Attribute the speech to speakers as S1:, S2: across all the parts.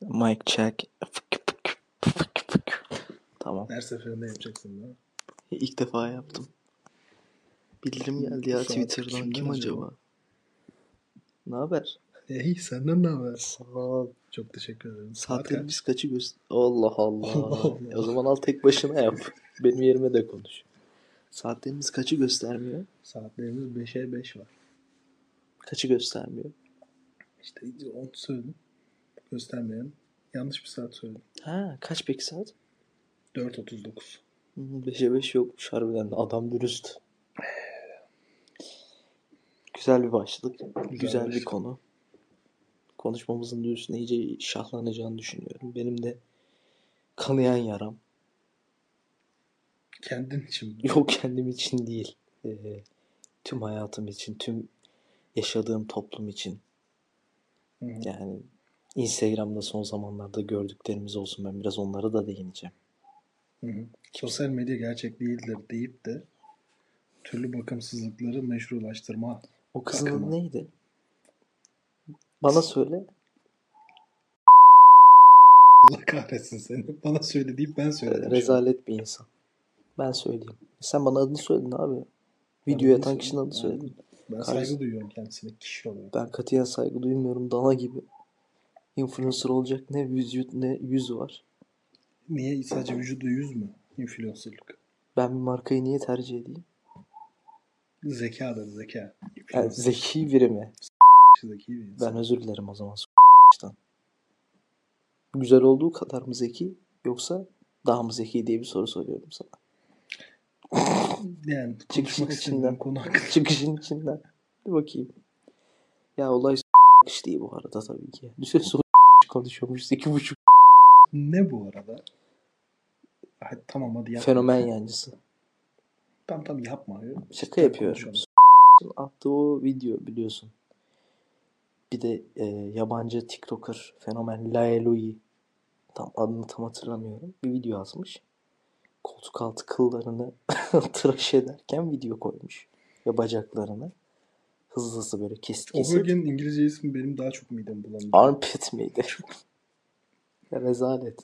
S1: Mic check. Fık, fık, fık, fık. Tamam.
S2: Her seferinde yapacaksın bunu.
S1: İlk defa yaptım. Bildirim geldi ya
S2: Saat
S1: Twitter'dan.
S2: kimden
S1: Kim
S2: acaba?
S1: acaba? Ne haber?
S2: Ey senden ne haber?
S1: Sağ ol.
S2: Çok teşekkür ederim.
S1: Saatleri
S2: kaç?
S1: biz kaçı göster... Allah Allah.
S2: Allah Allah.
S1: E o zaman al tek başına yap. Benim yerime de konuş. Saatlerimiz kaçı göstermiyor?
S2: Saatlerimiz 5'e 5 var.
S1: Kaçı göstermiyor?
S2: İşte onu söyledim. Göstermeyelim. Yanlış bir saat söyledim.
S1: Ha kaç peki saat?
S2: 4.39.
S1: Hı, 5'e 5 yokmuş harbiden. de. Adam dürüst. Güzel bir başlık. Güzel, bir
S2: başlık.
S1: konu. Konuşmamızın da üstüne iyice şahlanacağını düşünüyorum. Benim de kanayan yaram.
S2: Kendin için mi?
S1: Yok kendim için değil. Ee, tüm hayatım için, tüm yaşadığım toplum için.
S2: Hı hı.
S1: Yani Instagram'da son zamanlarda gördüklerimiz olsun. Ben biraz onlara da değineceğim.
S2: Hı hı. Sosyal medya gerçek değildir deyip de türlü bakımsızlıkları meşrulaştırma.
S1: O kızın adı
S2: Bakın.
S1: neydi? Bana söyle.
S2: Allah kahretsin seni. Bana söyle deyip ben söyledim. şu an.
S1: Rezalet bir insan. Ben söyleyeyim. Sen bana adını söyledin abi.
S2: Ben
S1: Videoya
S2: adını
S1: atan kişinin adını
S2: söyledim.
S1: söyledin.
S2: Ben
S1: Kardeşim.
S2: saygı duyuyorum kendisine. Kişi olarak.
S1: Ben katiyen saygı duymuyorum. Dana gibi. Influencer olacak ne vücut ne yüz var.
S2: Niye? Sadece vücudu yüz mü? İnfluencerlık.
S1: Ben bir markayı niye tercih edeyim?
S2: Zekadır zeka.
S1: Yani
S2: İnfluencer.
S1: zeki biri mi?
S2: Zeki bir insan.
S1: Ben özür dilerim o zaman. s**tan. Güzel olduğu kadar mı zeki yoksa daha mı zeki diye bir soru soruyorum sana.
S2: Yani
S1: Çıkışın
S2: konuşmak
S1: içinden.
S2: istediğim konu hakkında.
S1: Çıkışın içinden. Bir bakayım. Ya olay s- iş değil bu arada tabii ki. Bir süre sonra s- konuşuyormuş. İki buçuk
S2: Ne bu arada? Hadi tamam hadi yapma.
S1: fenomen yancısı.
S2: Tamam tamam yapma. ya.
S1: Şaka
S2: Cidden
S1: yapıyorum.
S2: konuşalım.
S1: S**tin attığı o video biliyorsun. Bir de e, yabancı TikToker fenomen Laeloi. Tam adını tam hatırlamıyorum. Bir video atmış. Koltuk altı kıllarını tıraş ederken video koymuş. Ve bacaklarını. Hızlı hızlı böyle kesik
S2: O
S1: kesik.
S2: bölgenin İngilizce ismi benim daha çok midem bulanıyor.
S1: Armpit miydi? Ya Rezalet.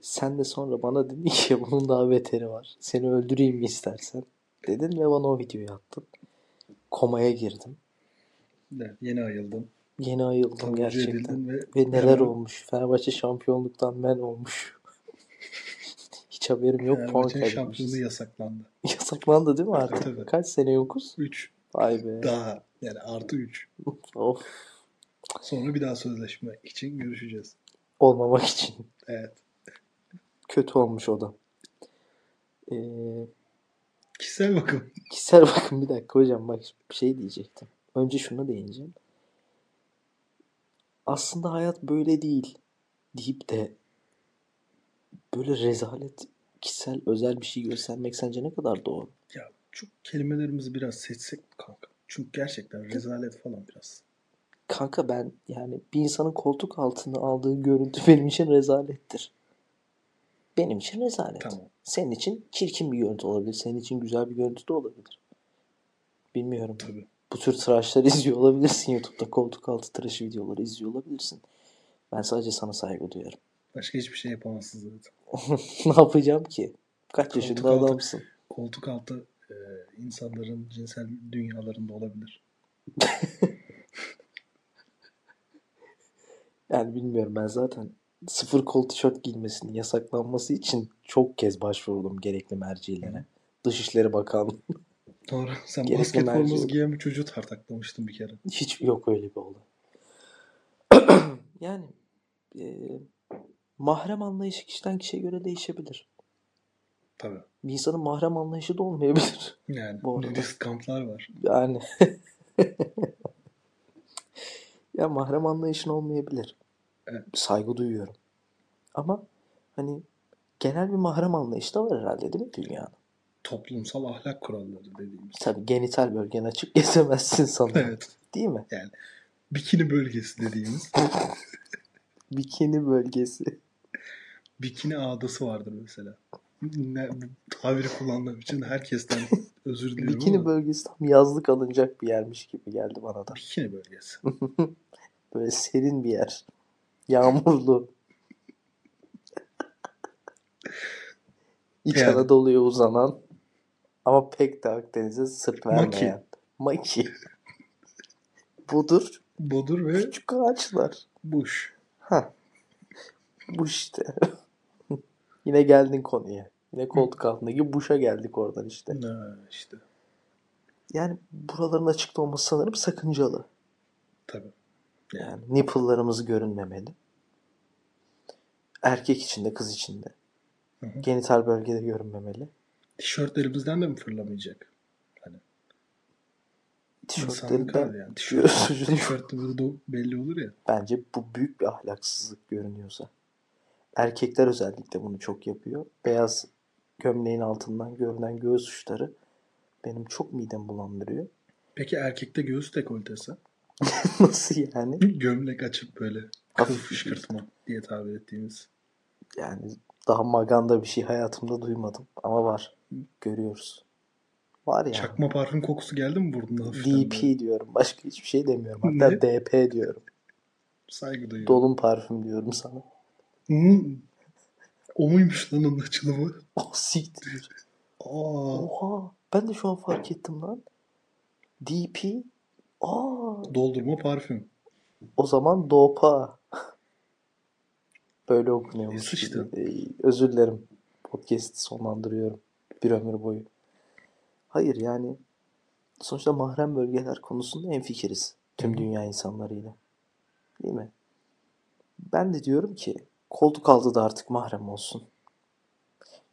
S1: Sen de sonra bana dedin ki bunun daha beteri var. Seni öldüreyim mi istersen? Dedin ve bana o videoyu attın. Komaya girdim.
S2: Evet, yeni ayıldım.
S1: Yeni ayıldım
S2: Taburcu
S1: gerçekten.
S2: edildin ve,
S1: Ve neler
S2: hemen-
S1: olmuş. Fenerbahçe şampiyonluktan men olmuş. Hiç haberim yok. Puan
S2: Fenerbahçe'nin şampiyonluğu
S1: kaybetmişiz.
S2: yasaklandı.
S1: Yasaklandı değil mi
S2: Tabii,
S1: artık?
S2: tabii.
S1: Kaç sene yokuz?
S2: 3
S1: Vay be.
S2: daha. Yani artı 3.
S1: of.
S2: Sonra bir daha sözleşme için görüşeceğiz.
S1: Olmamak için.
S2: Evet.
S1: Kötü olmuş o da. Ee,
S2: Kişisel bakım.
S1: kişisel bakın bir dakika hocam bak bir şey diyecektim. Önce şuna değineceğim. Aslında hayat böyle değil deyip de böyle rezalet kişisel özel bir şey göstermek sence ne kadar doğru?
S2: Ya şu kelimelerimizi biraz seçsek mi kanka? Çünkü gerçekten rezalet falan biraz.
S1: Kanka ben yani bir insanın koltuk altına aldığı görüntü benim için rezalettir. Benim için rezalet.
S2: Tamam.
S1: Senin için çirkin bir görüntü olabilir. Senin için güzel bir görüntü de olabilir. Bilmiyorum.
S2: Tabii.
S1: bu tür tıraşları izliyor olabilirsin. YouTube'da koltuk altı tıraşı videoları izliyor olabilirsin. Ben sadece sana saygı duyarım.
S2: Başka hiçbir şey yapamazsın zaten.
S1: ne yapacağım ki? Kaç
S2: Koltuk
S1: yaşında
S2: altı.
S1: adamsın?
S2: koltuk altı e, insanların cinsel dünyalarında olabilir.
S1: Yani bilmiyorum ben zaten sıfır kol tişört giymesinin yasaklanması için çok kez başvurdum gerekli mercilere. Dışişleri Bakanlığı.
S2: Doğru. Sen
S1: Gerek
S2: basket
S1: bunlar
S2: forması
S1: yok.
S2: giyen bir çocuğu tartaklamıştın bir kere.
S1: Hiç yok öyle bir olay. yani e, mahrem anlayışı kişiden kişiye göre değişebilir.
S2: Tabii.
S1: Bir insanın mahrem anlayışı da olmayabilir.
S2: Yani
S1: Bu arada.
S2: nudist kamplar var.
S1: Yani. ya mahrem anlayışın olmayabilir.
S2: Evet.
S1: Saygı duyuyorum. Ama hani genel bir mahrem anlayışı da var herhalde değil mi dünyada?
S2: Toplumsal ahlak kuralları dediğimiz.
S1: Tabii genital bölgen açık gezemezsin sanırım.
S2: Evet.
S1: Değil mi?
S2: Bikini bölgesi dediğimiz.
S1: Bikini bölgesi.
S2: Bikini adası vardır mesela. Ne, bu tabiri kullandığım için herkesten özür diliyorum
S1: Bikini
S2: ama
S1: bölgesi tam yazlık alınacak bir yermiş gibi geldi bana da.
S2: bikini bölgesi.
S1: Böyle serin bir yer. Yağmurlu. İç
S2: Yani.
S1: Anadolu'ya uzanan ama pek de Akdeniz'e sırt
S2: Maki.
S1: vermeyen. Maki. Budur.
S2: Bodur ve
S1: Küçük ağaçlar.
S2: Buş.
S1: Ha. Bu işte. Yine geldin konuya. Yine koltuk altındaki buşa geldik oradan işte.
S2: Ha, işte.
S1: Yani buraların açıkta olması sanırım sakıncalı.
S2: Tabii.
S1: Yani nipple'larımız görünmemeli. Erkek içinde, kız içinde.
S2: Hı hı.
S1: Genital bölgede görünmemeli.
S2: Tişörtlerimizden de mi fırlamayacak? İnsanlık
S1: Tişörtlerinden
S2: hali yani. Tişört,
S1: görüyorsun.
S2: tişörtte burada belli olur ya.
S1: Bence bu büyük bir ahlaksızlık görünüyorsa. Erkekler özellikle bunu çok yapıyor. Beyaz gömleğin altından görünen göğüs uçları benim çok midem bulandırıyor.
S2: Peki erkekte göğüs dekoltesi?
S1: Nasıl yani?
S2: Gömlek açıp böyle kıl
S1: Hafif. şey.
S2: fışkırtma diye tabir ettiğimiz.
S1: Yani daha maganda bir şey hayatımda duymadım ama var. Görüyoruz. Var ya.
S2: Çakma parfüm kokusu geldi mi burnuna hafiften? böyle?
S1: DP diyorum. Başka hiçbir şey demiyorum. Hatta
S2: Ne?
S1: DP diyorum.
S2: Saygı duyuyorum.
S1: Dolun parfüm diyorum sana.
S2: Hmm. O muymuş lan onun açılımı?
S1: Oh siktir.
S2: Aa,
S1: Oha. Ben de şu an fark ettim lan. DP. Aa.
S2: doldurma parfüm.
S1: O zaman dopa. Böyle okunuyormuş.
S2: Neyse işte.
S1: Ee, Özür dilerim. Podcast'i sonlandırıyorum. Bir ömür boyu. Hayır yani sonuçta mahrem bölgeler konusunda en fikiriz. Tüm
S2: Hı hı.
S1: dünya insanlarıyla. Değil mi? Ben de diyorum ki koltuk altı da artık mahrem olsun.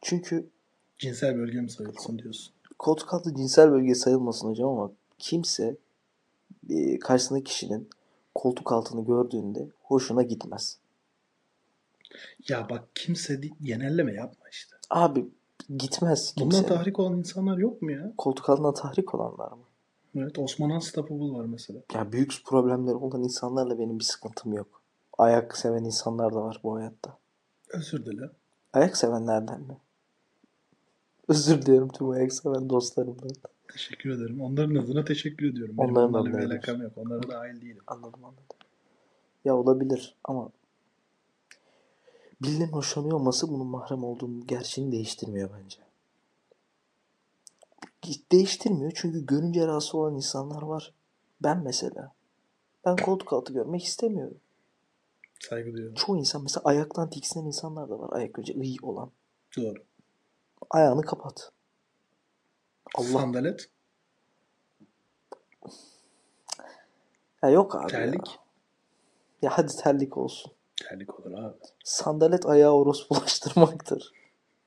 S1: Çünkü
S2: Cinsel bölge mi sayılsın diyorsun.
S1: koltuk altı cinsel bölge sayılmasın hocam ama kimse e, karşısındaki kişinin koltuk altını gördüğünde hoşuna gitmez.
S2: Ya bak kimse değil, genelleme yapma işte.
S1: Abi gitmez
S2: Bundan
S1: kimse.
S2: tahrik olan insanlar yok mu ya?
S1: Koltuk altına tahrik olanlar mı?
S2: Evet Osman Unstoppable var mesela.
S1: Ya büyük problemleri olan insanlarla benim bir sıkıntım yok. Ayak seven insanlar da var bu hayatta.
S2: Özür dile.
S1: Ayak sevenlerden mi? Özür diliyorum tüm ayak seven dostlarımdan.
S2: Teşekkür ederim. Onların adına teşekkür ediyorum. Benim
S1: Onların
S2: onlarla bir
S1: adına
S2: alakam yok. Onlara dahil değilim.
S1: Anladım anladım. Ya olabilir ama birinin hoşlanıyor olması bunun mahrem olduğunu gerçeğini değiştirmiyor bence. Değiştirmiyor çünkü görünce rahatsız olan insanlar var. Ben mesela. Ben koltuk altı görmek istemiyorum.
S2: Saygı duyuyorum.
S1: Çoğu insan mesela ayaktan tiksinen insanlar da var. Ayak önce iyi olan.
S2: Doğru.
S1: Ayağını kapat. Allah.
S2: Sandalet.
S1: Ya yok abi
S2: Terlik.
S1: ya. Ya hadi terlik olsun.
S2: Terlik olur abi.
S1: Sandalet ayağı orospulaştırmaktır.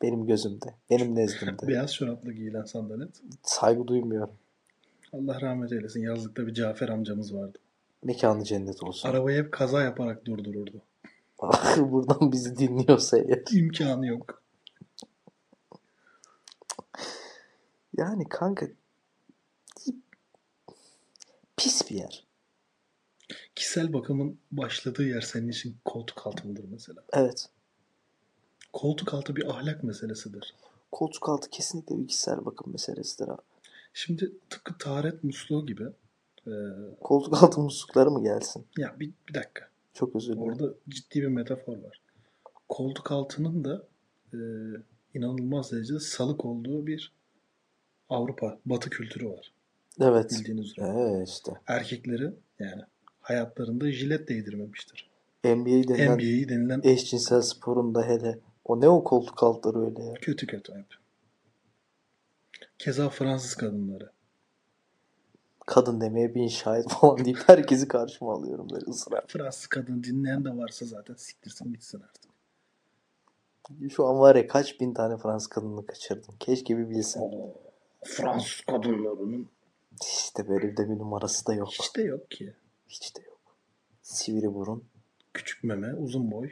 S1: Benim gözümde. Benim nezdimde.
S2: Beyaz çorapla giyilen sandalet.
S1: Saygı duymuyorum.
S2: Allah rahmet eylesin. Yazlıkta bir Cafer amcamız vardı.
S1: Mekanı cennet olsun.
S2: Arabayı hep kaza yaparak durdururdu.
S1: Buradan bizi dinliyorsa eğer.
S2: İmkanı yok.
S1: Yani kanka pis bir yer.
S2: Kişisel bakımın başladığı yer senin için koltuk altı mıdır mesela?
S1: Evet.
S2: Koltuk altı bir ahlak meselesidir.
S1: Koltuk altı kesinlikle bir kişisel bakım meselesidir abi.
S2: Şimdi tıpkı taharet musluğu gibi. e,
S1: Koltuk altı muslukları mı gelsin?
S2: ya bir, bir dakika.
S1: Çok özür dilerim.
S2: Orada ciddi bir metafor var. Koltuk altının da e, inanılmaz derecede salık olduğu bir Avrupa, Batı kültürü var.
S1: Evet.
S2: Bildiğiniz üzere.
S1: Evet işte.
S2: Erkekleri yani hayatlarında jilet değdirmemiştir.
S1: NBA denilen
S2: NBA'yi denilen
S1: eşcinsel sporunda hele o ne o koltuk altları öyle ya.
S2: kötü kötü hep. Keza Fransız kadınları.
S1: Kadın demeye bin şahit falan deyip herkesi karşıma alıyorum böyle ısrar.
S2: Fransız kadını dinleyen de varsa zaten siktirsin bitsin artık.
S1: Şu an var ya kaç bin tane Fransız kadını kaçırdım. Keşke bir bilsem.
S2: Oo, Fransız kadınlarının
S1: İşte böyle bir de bir numarası da yok.
S2: hiç de yok ki.
S1: Hiç de yok. Sivri burun.
S2: Küçük meme, uzun boy.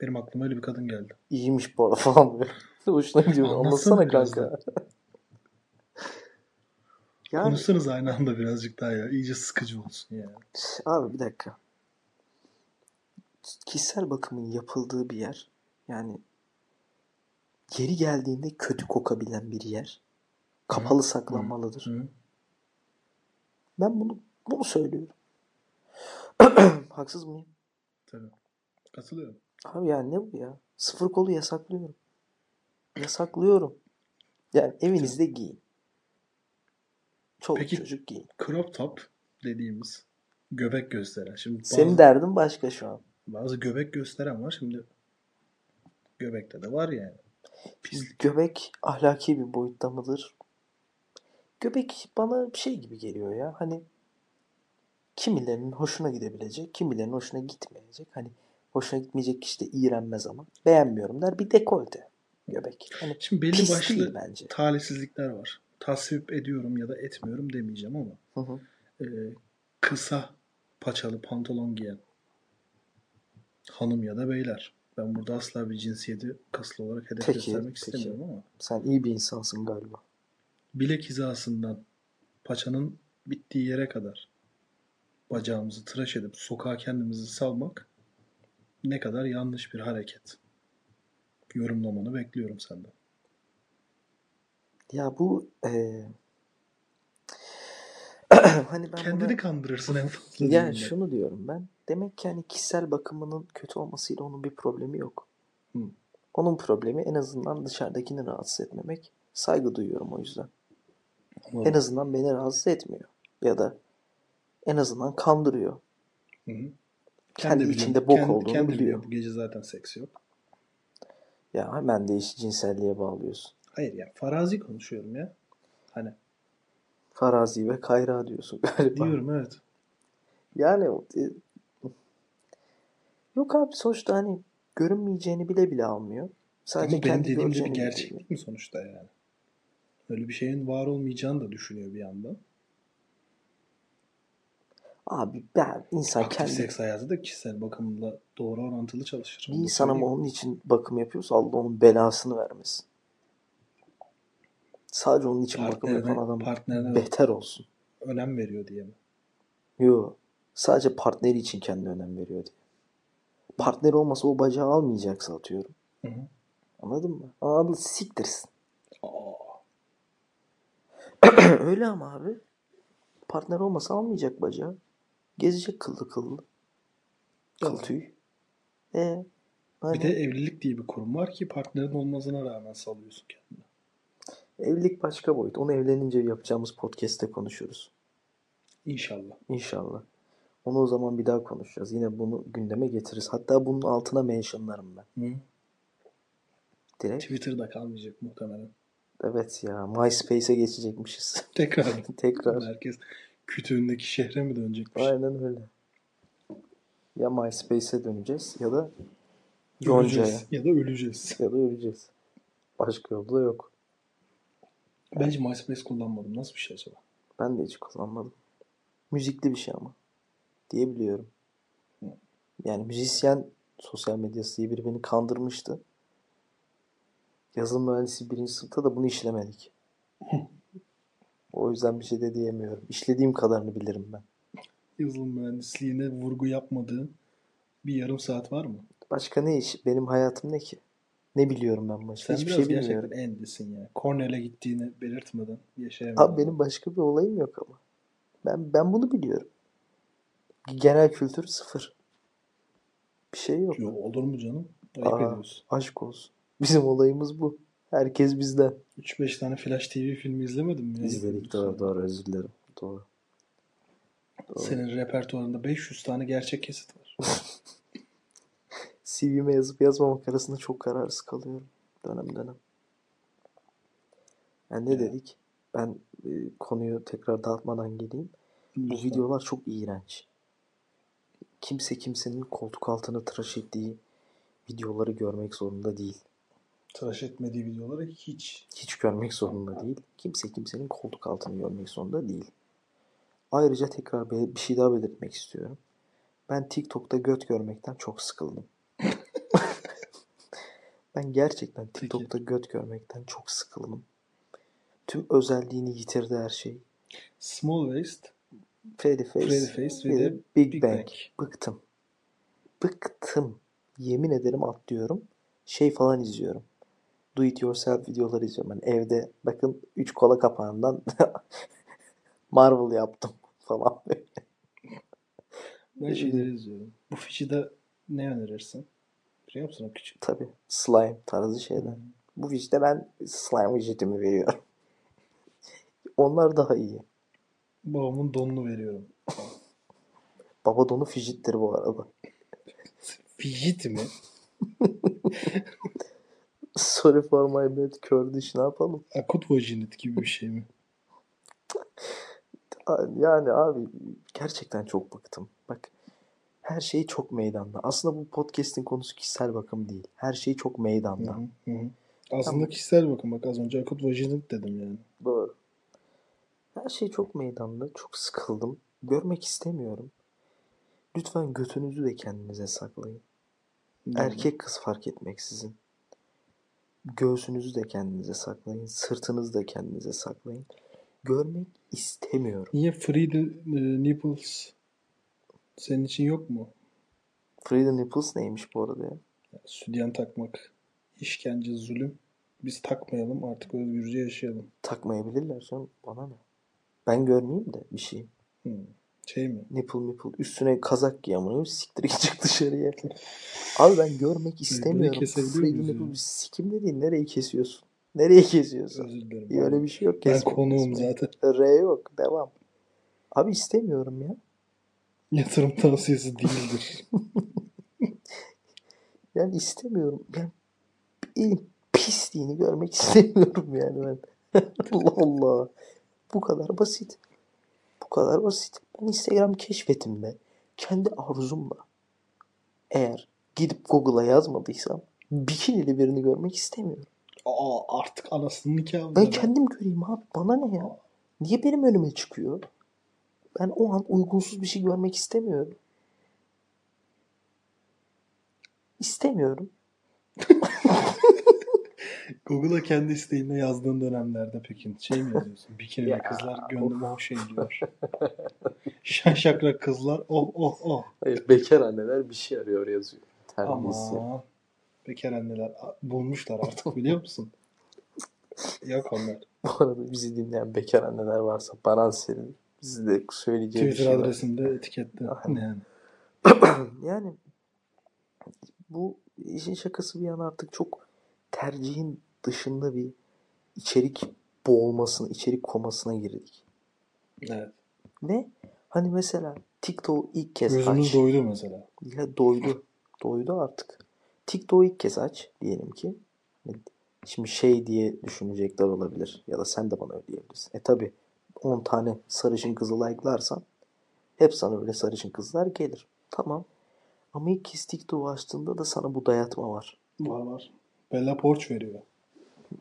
S2: Benim aklıma öyle bir kadın geldi.
S1: İyiymiş bu arada falan böyle. Hoşuna gidiyor.
S2: Anlatsana
S1: Anlatsana
S2: biraz
S1: kanka.
S2: da.
S1: yani
S2: Konuşsanız aynı anda birazcık daha ya. iyice sıkıcı olsun ya.
S1: abi bir dakika. Kişisel bakımın yapıldığı bir yer. Yani geri geldiğinde kötü kokabilen bir yer. Kapalı saklanmalıdır.
S2: Hı?
S1: Ben bunu bunu söylüyorum. Haksız mıyım?
S2: Tabii. Katılıyorum.
S1: Abi ya ne bu ya? Sıfır kolu yasaklıyorum. Yasaklıyorum. Yani evinizde giyin. Çoluk
S2: Peki-
S1: çocuk giyin.
S2: Crop top dediğimiz göbek gösteren. Şimdi bazı,
S1: Senin derdin başka şu an.
S2: bazı göbek gösteren var. Şimdi göbekte de var yani. Pislik.
S1: Göbek ahlaki bir boyutta mıdır? Göbek bana bir şey gibi geliyor ya. Hani kimilerinin hoşuna gidebilecek, kimilerinin hoşuna gitmeyecek. Hani hoşuna gitmeyecek kişi de iğrenmez ama beğenmiyorum der. Bir dekolte göbek. Hani
S2: Şimdi belli
S1: pis
S2: başlı
S1: değil bence.
S2: talihsizlikler var. Tasvip ediyorum ya da etmiyorum demeyeceğim ama
S1: Hı hı.
S2: e, kısa paçalı pantolon giyen hanım ya da beyler. Ben burada asla bir cinsiyeti kaslı olarak hedef
S1: Peki,
S2: göstermek
S1: peki.
S2: istemiyorum ama
S1: Sen iyi bir insansın galiba.
S2: bilek hizasından paçanın bittiği yere kadar bacağımızı tıraş edip sokağa kendimizi salmak ne kadar yanlış bir hareket. Yorumlamanı bekliyorum senden.
S1: Ya bu eee, hani ben
S2: Kendini
S1: buna,
S2: kandırırsın en fazla.
S1: yani
S2: diyorum ben.
S1: şunu diyorum ben. Demek ki hani kişisel bakımının kötü olmasıyla onun bir problemi yok.
S2: Hı.
S1: Onun problemi en azından dışarıdakini rahatsız etmemek. Saygı duyuyorum o yüzden.
S2: Ama-
S1: En azından beni rahatsız etmiyor. Ya da en azından kandırıyor.
S2: Hı hı.
S1: Kendi
S2: biliyor.
S1: içinde bok
S2: Kendi-
S1: olduğunu
S2: kendi
S1: biliyor.
S2: Bu gece zaten seks yok.
S1: Ya hemen de işi cinselliğe bağlıyorsun.
S2: Hayır ya farazi konuşuyorum ya. Hani
S1: Farazi ve Kayra diyorsun galiba.
S2: diyorum evet.
S1: Yani e, yok abi sonuçta hani görünmeyeceğini bile bile almıyor. Sadece
S2: Ama benim
S1: kendi
S2: dediğim de bir
S1: göreceğini biliyor.
S2: gerçeklik mi sonuçta yani? Öyle bir şeyin var olmayacağını da düşünüyor bir yandan.
S1: Abi ben insan
S2: Aktif
S1: kendi
S2: seks hayatı da kişisel bakımla doğru orantılı çalışır.
S1: bir
S2: Onu da
S1: insan ama
S2: söyleyeyim.
S1: onun için bakım yapıyorsa Allah onun belasını vermesin. Sadece onun için bakım yapan adam
S2: partnerine, partnerine
S1: beter olsun.
S2: önem veriyor diye mi?
S1: Yo. Sadece partneri için kendine önem veriyor diye. Partneri olmasa o bacağı almayacaksa atıyorum.
S2: Hı hı.
S1: Anladın mı? Anladın siktirsin.
S2: Aa,
S1: Öyle ama abi. Partner olmasa almayacak bacağı. Gezecek kıllı kıllı. Kıl
S2: Doğru.
S1: tüy. E, hani
S2: Bir de evlilik diye bir kurum var ki partnerin olmasına rağmen sallıyorsun kendini.
S1: evlilik başka boyut. Onu evlenince yapacağımız podcast'te konuşuruz.
S2: İnşallah.
S1: İnşallah. Onu o zaman bir daha konuşacağız. Yine bunu gündeme getiririz. Hatta bunun altına mentionlarım ben.
S2: Hı.
S1: Direkt.
S2: Twitter'da kalmayacak muhtemelen.
S1: Evet ya. MySpace'e geçecekmişiz.
S2: Tekrar.
S1: Tekrar.
S2: Herkes kütüğündeki şehre mi dönecekmiş?
S1: Aynen öyle. Ya MySpace'e döneceğiz ya da Yonca'ya.
S2: Öleceğiz ya da öleceğiz.
S1: Ya da öleceğiz. Başka yolu da yok.
S2: Ben hiç MySpace kullanmadım. Nasıl bir şey acaba?
S1: Ben de hiç kullanmadım. Müzikli bir şey ama. Diyebiliyorum. Yani müzisyen sosyal medyası diye biri beni kandırmıştı. Yazılım mühendisi birinci sınıfta da bunu işlemedik. o yüzden bir şey de diyemiyorum. İşlediğim kadarını bilirim ben.
S2: Yazılım mühendisliğine vurgu yapmadığın bir yarım saat var mı?
S1: Başka ne iş? Benim hayatım ne ki? Ne biliyorum ben başka?
S2: Sen
S1: Hiçbir
S2: biraz
S1: şey bilmiyorum.
S2: gerçekten endisin ya. Cornell'e gittiğini belirtmeden yaşayamam.
S1: Abi benim başka bir olayım yok ama. Ben ben bunu biliyorum. Genel kültür sıfır. Bir şey yok.
S2: Yo, olur mu canım? Ayıp
S1: Aa.
S2: ediyorsun.
S1: Aşk olsun. Bizim olayımız bu. Herkes bizden.
S2: 3-5 tane Flash TV filmi izlemedin mi? ya?
S1: İzledik doğru doğru özür dilerim. Doğru. doğru.
S2: Senin repertuarında 500 tane gerçek kesit var.
S1: CV'me yazıp yazmamak arasında çok kararsız kalıyorum. Dönem dönem. Yani ne
S2: Ya.
S1: dedik? Ben e, konuyu tekrar dağıtmadan geleyim. Bu
S2: Lütfen.
S1: videolar çok iğrenç. Kimse kimsenin koltuk altını tıraş ettiği videoları görmek zorunda değil.
S2: Tıraş etmediği videoları hiç.
S1: Hiç görmek zorunda değil. Kimse kimsenin koltuk altını görmek zorunda değil. Ayrıca tekrar be- bir şey daha belirtmek istiyorum. Ben TikTok'ta göt görmekten çok sıkıldım. ben gerçekten TikTok'ta göt görmekten çok sıkıldım. Tüm özelliğini yitirdi her şey.
S2: Small waist,
S1: Freddy Face,
S2: Freddy Face
S1: bir
S2: ve
S1: de
S2: de
S1: Big,
S2: Big
S1: Bang.
S2: Bang.
S1: Bıktım. Bıktım. Yemin ederim atlıyorum. Şey falan izliyorum. Do it yourself videoları izliyorum. Ben evde bakın 3 kola kapağından Marvel yaptım falan.
S2: Ben şeyleri izliyorum. Bu fişi de Ne önerirsin? Biliyor musun o küçük?
S1: Tabii. Slime tarzı şeyler. Bu işte ben slime widget'imi veriyorum. Onlar daha iyi.
S2: Babamın donunu veriyorum.
S1: Baba donu fidget'tir bu arada.
S2: Fidget mi?
S1: Sorry for my bad Kurdish ne yapalım?
S2: Akut vajinit gibi bir şey mi?
S1: Yani abi gerçekten çok bıktım. Bak her şey çok meydanda. Aslında bu podcast'in konusu kişisel bakım değil. Her şey çok
S2: Hı
S1: meydanda.
S2: hı, hı. Aslında
S1: Tamam.
S2: kişisel bakım bak az önce akut vajinit dedim yani.
S1: Doğru. Her şey çok meydanda. Çok sıkıldım. Görmek istemiyorum. Lütfen götünüzü de kendinize saklayın. Erkek kız fark etmeksizin. Göğsünüzü de kendinize saklayın. Sırtınızı da kendinize saklayın. Görmek istemiyorum.
S2: Niye free the e, nipples senin için yok mu?
S1: Frida Nipples neymiş bu arada ya?
S2: Sütyen takmak işkence, zulüm. Biz takmayalım artık özgürce yaşayalım.
S1: Takmayabilirler canım. Bana ne? Ben görmeyeyim de bir şey.
S2: Hı. Şey mi?
S1: Nipple nipple. Üstüne kazak giy amına. koyayım, Siktir git çık dışarıya. Abi ben görmek istemiyorum.
S2: kesebiliyor
S1: Frida
S2: muyuz
S1: nipple
S2: ya?
S1: sikim dediğin nereyi kesiyorsun? Nereye kesiyorsun?
S2: Özür dilerim.
S1: İyi, Öyle bir şey yok.
S2: ben
S1: kesme,
S2: konuğum
S1: kesme.
S2: zaten.
S1: R yok. Devam. Abi istemiyorum ya.
S2: Yatırım tavsiyesi değildir.
S1: Yani istemiyorum. Ben elin pisliğini görmek istemiyorum yani ben. Allah Allah. Bu kadar basit. Bu kadar basit. Ben Instagram keşfetimde kendi arzumla eğer gidip Google'a yazmadıysam bikinili birini görmek istemiyorum.
S2: Aa artık anasının nikahı.
S1: Ben kendim göreyim abi. Bana ne ya? Niye benim önüme çıkıyor? Ben o an uygunsuz bir şey görmek istemiyorum. İstemiyorum.
S2: Google'a kendi isteğinle yazdığın dönemlerde peki şey mi yazıyorsun? Bikini
S1: Ya,
S2: ve kızlar gönlüm oh şey diyor. Şen şakrak kızlar oh oh oh.
S1: Hayır bekar anneler bir şey arıyor yazıyor.
S2: Ama bekar anneler a- bulmuşlar artık biliyor musun? Yok onlar.
S1: Bu arada bizi dinleyen bekar anneler varsa bana senin bizi de söyleyeceği bir
S2: Twitter
S1: şey var.
S2: adresinde etiketle.
S1: Aynen.
S2: Yani.
S1: yani bu işin şakası bir yana artık çok tercihin dışında bir içerik boğulmasına, içerik komasına girdik.
S2: Evet.
S1: Ve hani mesela TikTok ilk kez
S2: Gözümüz
S1: aç.
S2: doydu mesela.
S1: Ya doydu. Doydu artık. TikTok'u ilk kez aç diyelim ki. E, Şimdi şey diye düşünecekler olabilir. Ya da sen de bana öyle diyebilirsin. E tabi 10 tane sarışın kızı like'larsan hep sana öyle sarışın kızlar gelir. Tamam. Ama ilk kez TikTok'u açtığında da sana bu dayatma var.
S2: Var var. Bella Porch veriyor.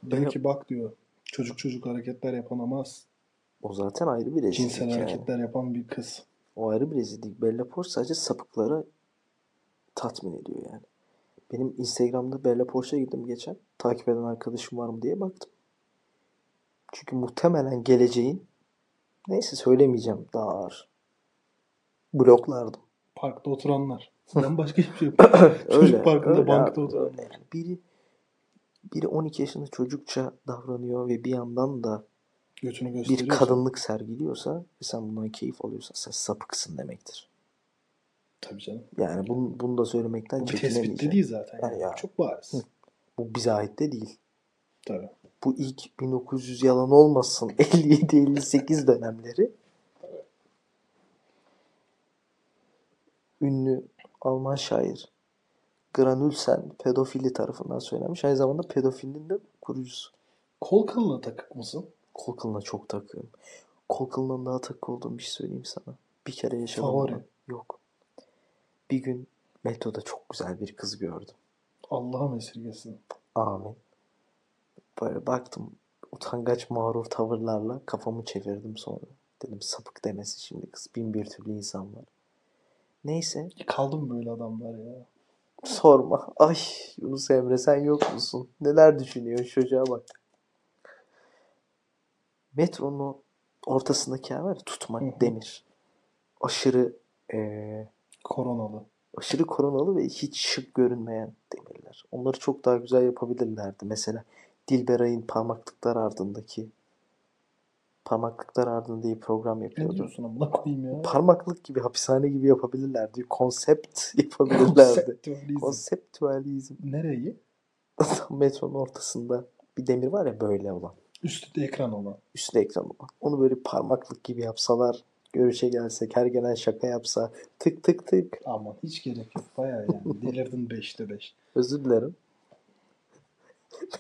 S1: Bella-
S2: Diyor ki bak diyor çocuk çocuk hareketler yapan ama
S1: O zaten ayrı bir rezillik
S2: cinsel
S1: yani.
S2: hareketler yapan bir kız.
S1: O ayrı bir rezillik. Bella Porsche sadece sapıkları tatmin ediyor yani. Benim Instagram'da Bella Porsche'a girdim geçen. Takip eden arkadaşım var mı diye baktım. Çünkü muhtemelen geleceğin neyse söylemeyeceğim daha ağır. Bloklardım.
S2: Parkta oturanlar. Ben başka hiçbir şey
S1: öyle,
S2: Çocuk parkında
S1: öyle
S2: bankta
S1: abi,
S2: oturan.
S1: öyle. Yani Biri biri 12 yaşında çocukça davranıyor ve bir yandan da
S2: Götünü
S1: bir
S2: gösteriyor.
S1: kadınlık sergiliyorsa ve sen bundan keyif alıyorsan sen sapıksın demektir.
S2: Tabii canım.
S1: Yani bunu, bunu da söylemekten
S2: Bu bir tespitli
S1: çekinemeyeceğim.
S2: değil zaten. Yani.
S1: Ha ya.
S2: Çok bariz.
S1: Hı. Bu bize ait de değil.
S2: Tabii.
S1: bu ilk 1900 yalan olmasın 57-58 dönemleri ünlü Alman şair Granülsen pedofili tarafından söylenmiş. Aynı zamanda pedofilinin de kurucusu.
S2: Kol kılına takık mısın?
S1: Kol kılına çok takığım. Kol kılından daha takık olduğum bir şey söyleyeyim sana. Bir kere yaşadım.
S2: Favori.
S1: bunu. Yok. Bir gün metroda çok güzel bir kız gördüm.
S2: Allah'ın esirgesin.
S1: Amin. Böyle baktım utangaç mağrur tavırlarla kafamı çevirdim sonra. Dedim sapık demesi şimdi kız bin bir türlü insan var. Neyse
S2: Kaldım böyle adamlar ya.
S1: sorma. Ay Yunus Emre sen yok musun? Neler düşünüyorsun çocuğa bak. Metronun o ortasındaki yer var ya,
S2: Hı hı.
S1: tutmak demir. Aşırı eee,
S2: Koronalı.
S1: aşırı koronalı ve hiç şık görünmeyen demirler. Onları çok daha güzel yapabilirlerdi. Mesela Dilberay'ın parmaklıklar ardındaki Parmaklıklar ardında diye program
S2: Ne
S1: yapıyordu.
S2: diyorsun amına koyayım ya?
S1: Parmaklık gibi, hapishane gibi yapabilirlerdi. Konsept yapabilirlerdi.
S2: Konseptüelizm.
S1: Konseptüelizm.
S2: Nereyi?
S1: Tam Metronun ortasında bir demir var ya böyle olan.
S2: Üstte ekran olan.
S1: Üstü ekran olan. Onu böyle parmaklık gibi yapsalar, görüşe gelsek, her gelen şaka yapsa tık tık tık.
S2: Ama hiç gerek yok. Baya yani. Delirdin 5'te 5.
S1: Özür dilerim.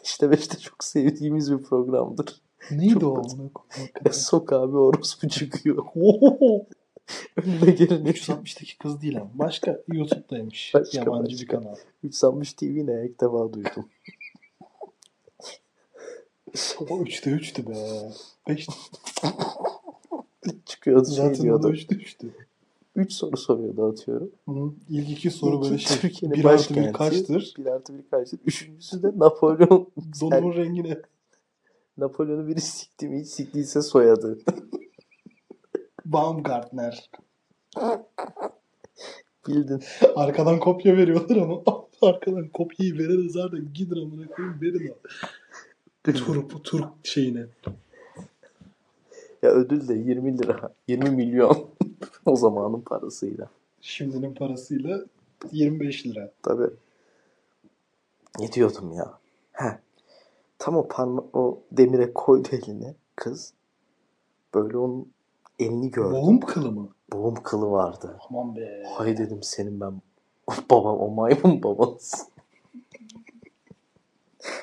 S1: Beşte beşte çok sevdiğimiz bir programdır.
S2: Neydi
S1: Çok
S2: o
S1: kötü.
S2: amına koyayım?
S1: Sokağa bir orospu çıkıyor.
S2: Ohoho!
S1: Önüne geleni
S2: 360'daki kız değil ama. Başka YouTube'daymış.
S1: Başka,
S2: Yabancı bir
S1: başka.
S2: kanal.
S1: 360 TV ne? İlk defa duydum.
S2: O 3'te 3'tü be. 5'te
S1: Çıkıyordu şey
S2: zaten o da
S1: diyordu.
S2: 3'te 3'tü.
S1: 3 soru soruyordu atıyorum.
S2: Bunun ilk iki soru böyle şey.
S1: Türkiye'nin
S2: 1 artı
S1: başkenti.
S2: 1 kaçtır?
S1: 1 artı 1 kaçtır? Üçüncüsü de Napolyon.
S2: Donumun rengi ne?
S1: Napolyon'u biri sikti mi? Hiç siktiyse soyadı.
S2: Baumgartner.
S1: Bildin.
S2: Arkadan kopya veriyorlar ama arkadan kopyayı verene zaten gidin amına koyayım verin abi. Turp, Turk şeyine.
S1: Ya ödül de 20 lira. 20 milyon. o zamanın parasıyla.
S2: Şimdinin parasıyla 25 lira.
S1: Tabii. Ne diyordum ya? He. Tam o parma o demire koydu elini kız. Böyle onun elini gördü.
S2: Boğum kılı mı?
S1: Boğum kılı vardı.
S2: Aman be.
S1: Hay dedim senin ben babam o maymun babanız.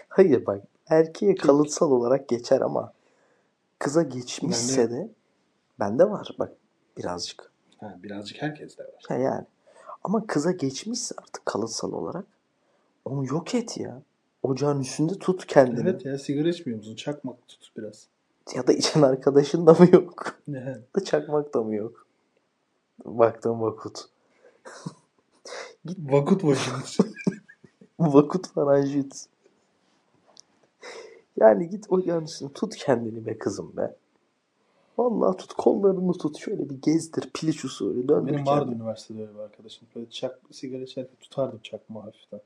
S1: Hayır bak erkeğe kalıtsal olarak geçer ama kıza geçmişse de bende var bak birazcık.
S2: Ha, birazcık herkes de var.
S1: Ya yani ama kıza geçmişse artık kalıtsal olarak onu yok et ya. Ocağın üstünde tut kendini.
S2: Evet ya sigara içmiyor musun? Çakmak tut biraz.
S1: Ya da içen arkadaşın da mı yok?
S2: Ne?
S1: Da çakmak da mı yok? Baktığım vakut.
S2: Vakut başını.
S1: Vakut faranjit. Yani git ocağın üstüne tut kendini be kızım be. Vallahi tut kollarını tut şöyle bir gezdir piliç usulü döndür
S2: Benim vardı
S1: kendini.
S2: üniversitede öyle bir arkadaşım. Böyle çak, sigara içerken tutardım çakmağı hafiften.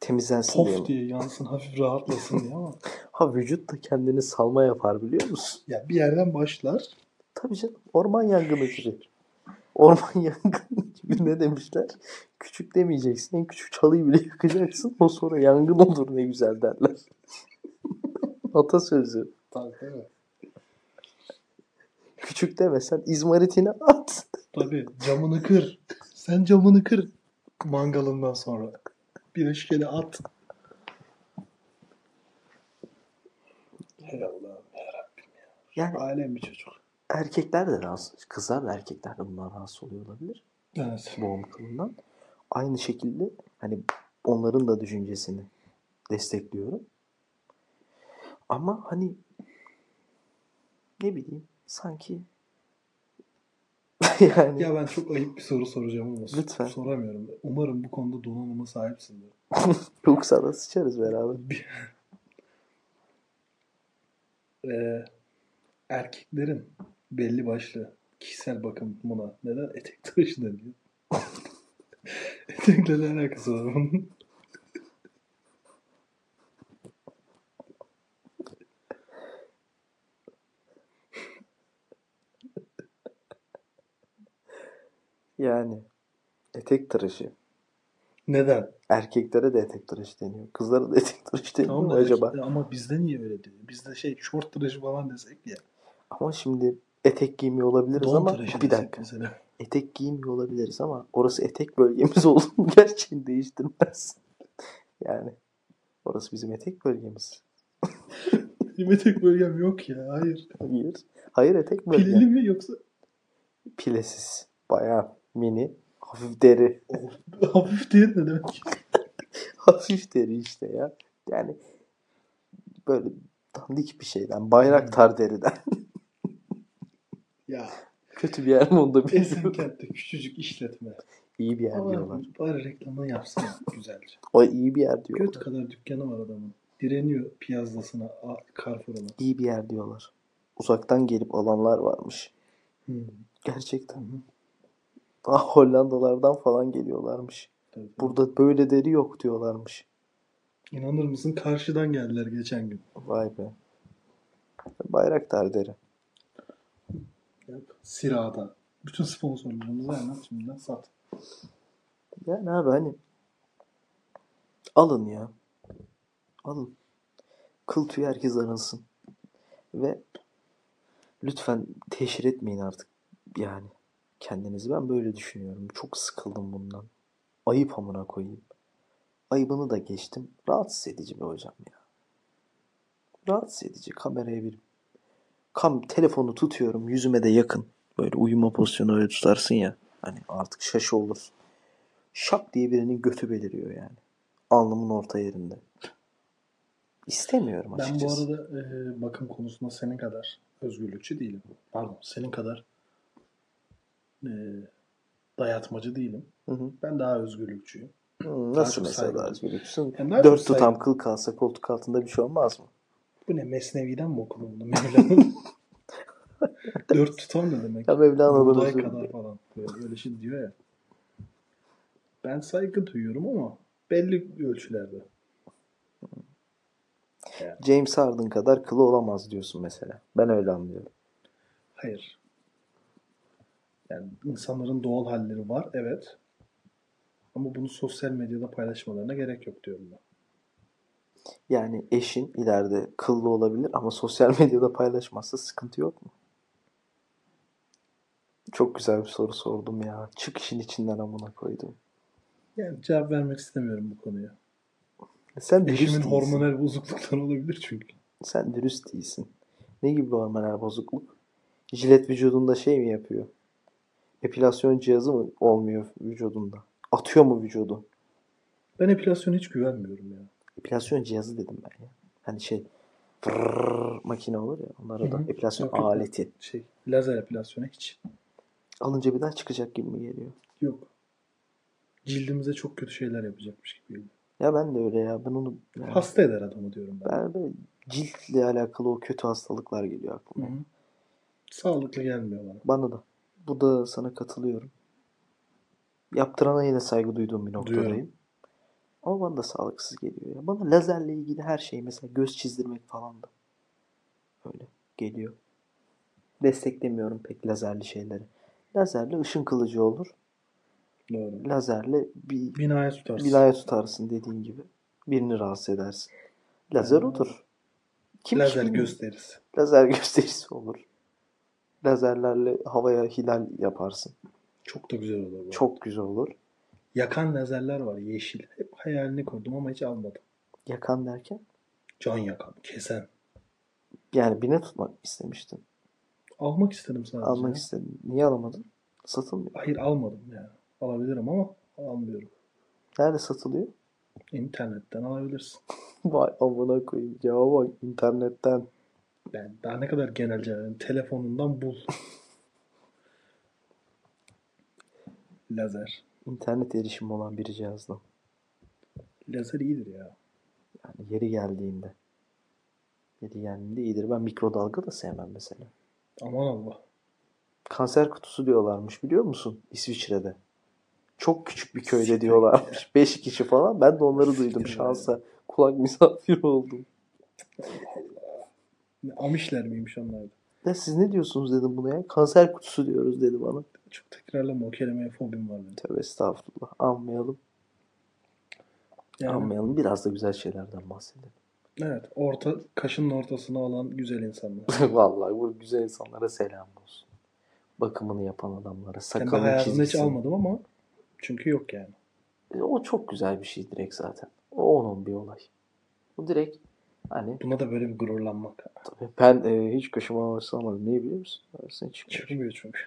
S1: Temizlensin diye. mi?
S2: Pof diye yansın hafif rahatlasın diye ama.
S1: Ha vücut da kendini salma yapar biliyor musun?
S2: Ya bir yerden başlar.
S1: Tabii canım orman yangını gibi. Orman yangını gibi ne demişler? Küçük demeyeceksin. En küçük çalıyı bile yakacaksın. O sonra yangın olur ne güzel derler. Atasözü.
S2: Tabii tabii.
S1: Küçük demesen izmaritini at.
S2: Tabii camını kır. Sen camını kır. Mangalından sonra. Bir öşkeli at. Hey Allah'ım ya
S1: Yani
S2: Alem bir çocuk.
S1: erkekler de rahatsız. Kızlar da erkekler de bundan rahatsız oluyor olabilir.
S2: Evet.
S1: Boğum kılından. Aynı şekilde hani onların da düşüncesini destekliyorum. Ama hani ne bileyim sanki yani
S2: Ya ben çok ayıp bir soru soracağım ama
S1: Lütfen.
S2: soramıyorum. Umarım bu konuda donanıma sahipsindir.
S1: yoksa da sıçarız beraber.
S2: Bir- Ee, erkeklerin belli başlı kişisel bakımına neden etek tıraşı deniyor? Etekle ne alakası var bunun?
S1: Yani etek tıraşı.
S2: Neden?
S1: Erkeklere de etek tıraşı deniyor. Kızlara da etek tıraşı deniyor
S2: Tamam
S1: mu
S2: da
S1: acaba?
S2: erkekler- ama bizde niye öyle diyor? Bizde şey short tıraşı falan desek ya.
S1: Ama şimdi etek giymiyor olabiliriz
S2: Don
S1: ama
S2: tıraşı
S1: bir
S2: desek
S1: dakika.
S2: mesela.
S1: etek giymiyor olabiliriz ama orası etek bölgemiz olduğunu gerçeğini değiştirmez. Yani orası bizim etek bölgemiz.
S2: Benim etek bölgem yok ya. Hayır.
S1: Hayır. Hayır etek bölge.
S2: Pilili mi yoksa
S1: Pilesiz. Bayağı mini. Hafif deri.
S2: hafif değil ne demek?
S1: Hafif deri işte ya. Yani böyle dandik bir şeyden. Bayraktar deriden.
S2: Ya
S1: Kötü bir yer mi onu da bilmiyorum.
S2: Esenkent'te küçücük işletme.
S1: İyi bir yer
S2: Ama
S1: diyorlar.
S2: bari reklamını yapsana güzelce.
S1: O iyi bir yer
S2: Göt
S1: diyorlar.
S2: kadar dükkanı var adamın. Direniyor piyazdasına, a- Carrefour'una.
S1: İyi bir yer diyorlar. Uzaktan gelip alanlar varmış.
S2: Hmm.
S1: Gerçekten. Daha Hollandalardan falan geliyorlarmış.
S2: Tabii.
S1: Burada böyle deri yok diyorlarmış.
S2: İnanır mısın karşıdan geldiler geçen gün.
S1: Vay be. Bayraktar derim.
S2: Sirada. Bütün sponsorlarımızı hemen şimdiden sat.
S1: Yani abi hani alın ya. Alın. Kıl tüy herkes arınsın. Ve lütfen teşhir etmeyin artık yani kendinizi. Ben böyle düşünüyorum. Çok sıkıldım bundan. Ayıp amına koyayım. Ayıbını da geçtim. Rahatsız edici be hocam ya. Rahatsız edici. Kameraya bir kam telefonu tutuyorum. Yüzüme de yakın. Böyle uyuma pozisyonu öyle tutarsın ya. Hani artık şaşı olursun şak diye birinin götü beliriyor yani. Alnımın orta yerinde. İstemiyorum
S2: Ben
S1: açıkçası.
S2: bu arada e, bakım konusunda senin kadar özgürlükçü değilim. Pardon senin kadar e, dayatmacı değilim.
S1: Hı hı.
S2: Ben daha özgürlükçüyüm.
S1: Hı,
S2: Daha
S1: Hmm, nasıl
S2: çok
S1: mesela
S2: saygı.
S1: özgürlüksün?
S2: Ya nerede
S1: Dört
S2: saygı?
S1: tutam kıl kalsa koltuk altında bir şey olmaz mı?
S2: Bu ne Mesnevi'den mi okudun bunu Mevlana'nın? Dört tutam ne demek?
S1: Ya Mevlana'dan
S2: Buğday
S1: özür
S2: kadar
S1: dilerim.
S2: falan. Böyle, böyle şey diyor ya. Ben saygı duyuyorum ama belli ölçülerde.
S1: James Harden kadar kılı olamaz diyorsun mesela. Ben öyle anlıyorum.
S2: Hayır. Yani insanların doğal halleri var, evet. Ama bunu sosyal medyada paylaşmalarına gerek yok diyorum ben.
S1: Yani eşin ileride kıllı olabilir ama sosyal medyada paylaşmazsa sıkıntı yok mu? Çok güzel bir soru sordum ya. Çık işin içinden amına koydum.
S2: Yani cevap vermek istemiyorum bu konuya.
S1: Sen dürüst
S2: Eşimin
S1: değilsin.
S2: hormonal bozukluktan olabilir çünkü.
S1: Sen dürüst değilsin. Ne gibi bir hormonal bozukluk? Jilet vücudunda şey mi yapıyor? Epilasyon cihazı mı olmuyor vücudunda? Atıyor mu vücudu?
S2: Ben epilasyona hiç güvenmiyorum ya.
S1: Epilasyon cihazı dedim ben ya. Hani şey vrrr makine olur ya. Onlara da
S2: Hı hı.
S1: epilasyon
S2: Yok, yok.
S1: aleti.
S2: Şey, lazer epilasyona hiç
S1: Alınca bir daha çıkacak gibi mi geliyor?
S2: yok. Cildimize çok kötü şeyler yapacakmış gibi. geliyor.
S1: Ya ben de öyle ya. Ben onu yani
S2: Hasta eder adamı diyorum ben.
S1: ben böyle ciltle alakalı o kötü hastalıklar geliyor aklıma.
S2: Hı hı. Sağlıklı gelmiyor bana.
S1: Bana da. Bu da sana katılıyorum. Yaptırana yine saygı duyduğum bir noktadayım.
S2: Duyuyorum.
S1: Ama bana da sağlıksız geliyor. Ya. Bana lazerle ilgili her şey mesela göz çizdirmek falan da öyle geliyor. Desteklemiyorum pek lazerli şeyleri. Lazerle ışın kılıcı olur.
S2: Doğru.
S1: Lazerle bir
S2: Binaya tutarsın.
S1: binaya tutarsın dediğin gibi. Birini rahatsız edersin. Lazer
S2: Ha.
S1: odur. Kim
S2: Hmm. Lazer
S1: kimin-
S2: gösterisi.
S1: Lazer gösterisi olur. Lazerlerle havaya hilal yaparsın.
S2: Çok da güzel olur bu.
S1: Çok güzel olur.
S2: Yakan lazerler var yeşil. Hep hayalini kurdum ama hiç almadım.
S1: Yakan derken
S2: Can yakan, kesen.
S1: yani bine tutmak istemiştin.
S2: Almak istedim sadece.
S1: Almak istedin. Niye alamadın? Satılmıyor.
S2: Hayır almadım yani. Alabilirim ama almıyorum.
S1: Nerede satılıyor?
S2: İnternetten alabilirsin.
S1: Vay amına koyayım. Cevaba bak internetten.
S2: Ben daha ne kadar genelce yani telefonundan bul. Lazer.
S1: internet erişimi olan bir cihazdan.
S2: Lazer iyidir ya.
S1: Yani yeri geldiğinde. Yeri geldiğinde iyidir. Ben mikrodalga da sevmem mesela.
S2: Aman Allah.
S1: Kanser kutusu diyorlarmış biliyor musun? İsviçre'de. Çok küçük bir köyde
S2: Siktir
S1: diyorlarmış. 5 kişi falan. Ben de onları duydum
S2: Siktir
S1: şansa. Kulak misafir oldum.
S2: Ne, Amişler miymiş onlar da?
S1: Ya siz ne diyorsunuz dedim buna ya. Kanser kutusu diyoruz dedi bana.
S2: Çok tekrarlama o kelimeye fobim var benim.
S1: Tövbe estağfurullah. Anmayalım.
S2: Yani,
S1: Anmayalım. Biraz da güzel şeylerden bahsedelim.
S2: evet orta, kaşının ortasına olan güzel insanlar.
S1: Vallahi bu güzel insanlara selam olsun. Bakımını yapan adamlara,
S2: Yani ben
S1: sakalın
S2: hayatımda hiç
S1: çizgisini.
S2: almadım ama çünkü yok yani.
S1: E, O çok güzel bir şey direkt zaten. O onun bir olay. Bu direkt hani
S2: Buna da böyle bir gururlanmak.
S1: tabii ben e, hiç kaşıma havası almadım. Niye biliyor musun? Arasına çıkmıyor.
S2: Çıkmıyor çünkü.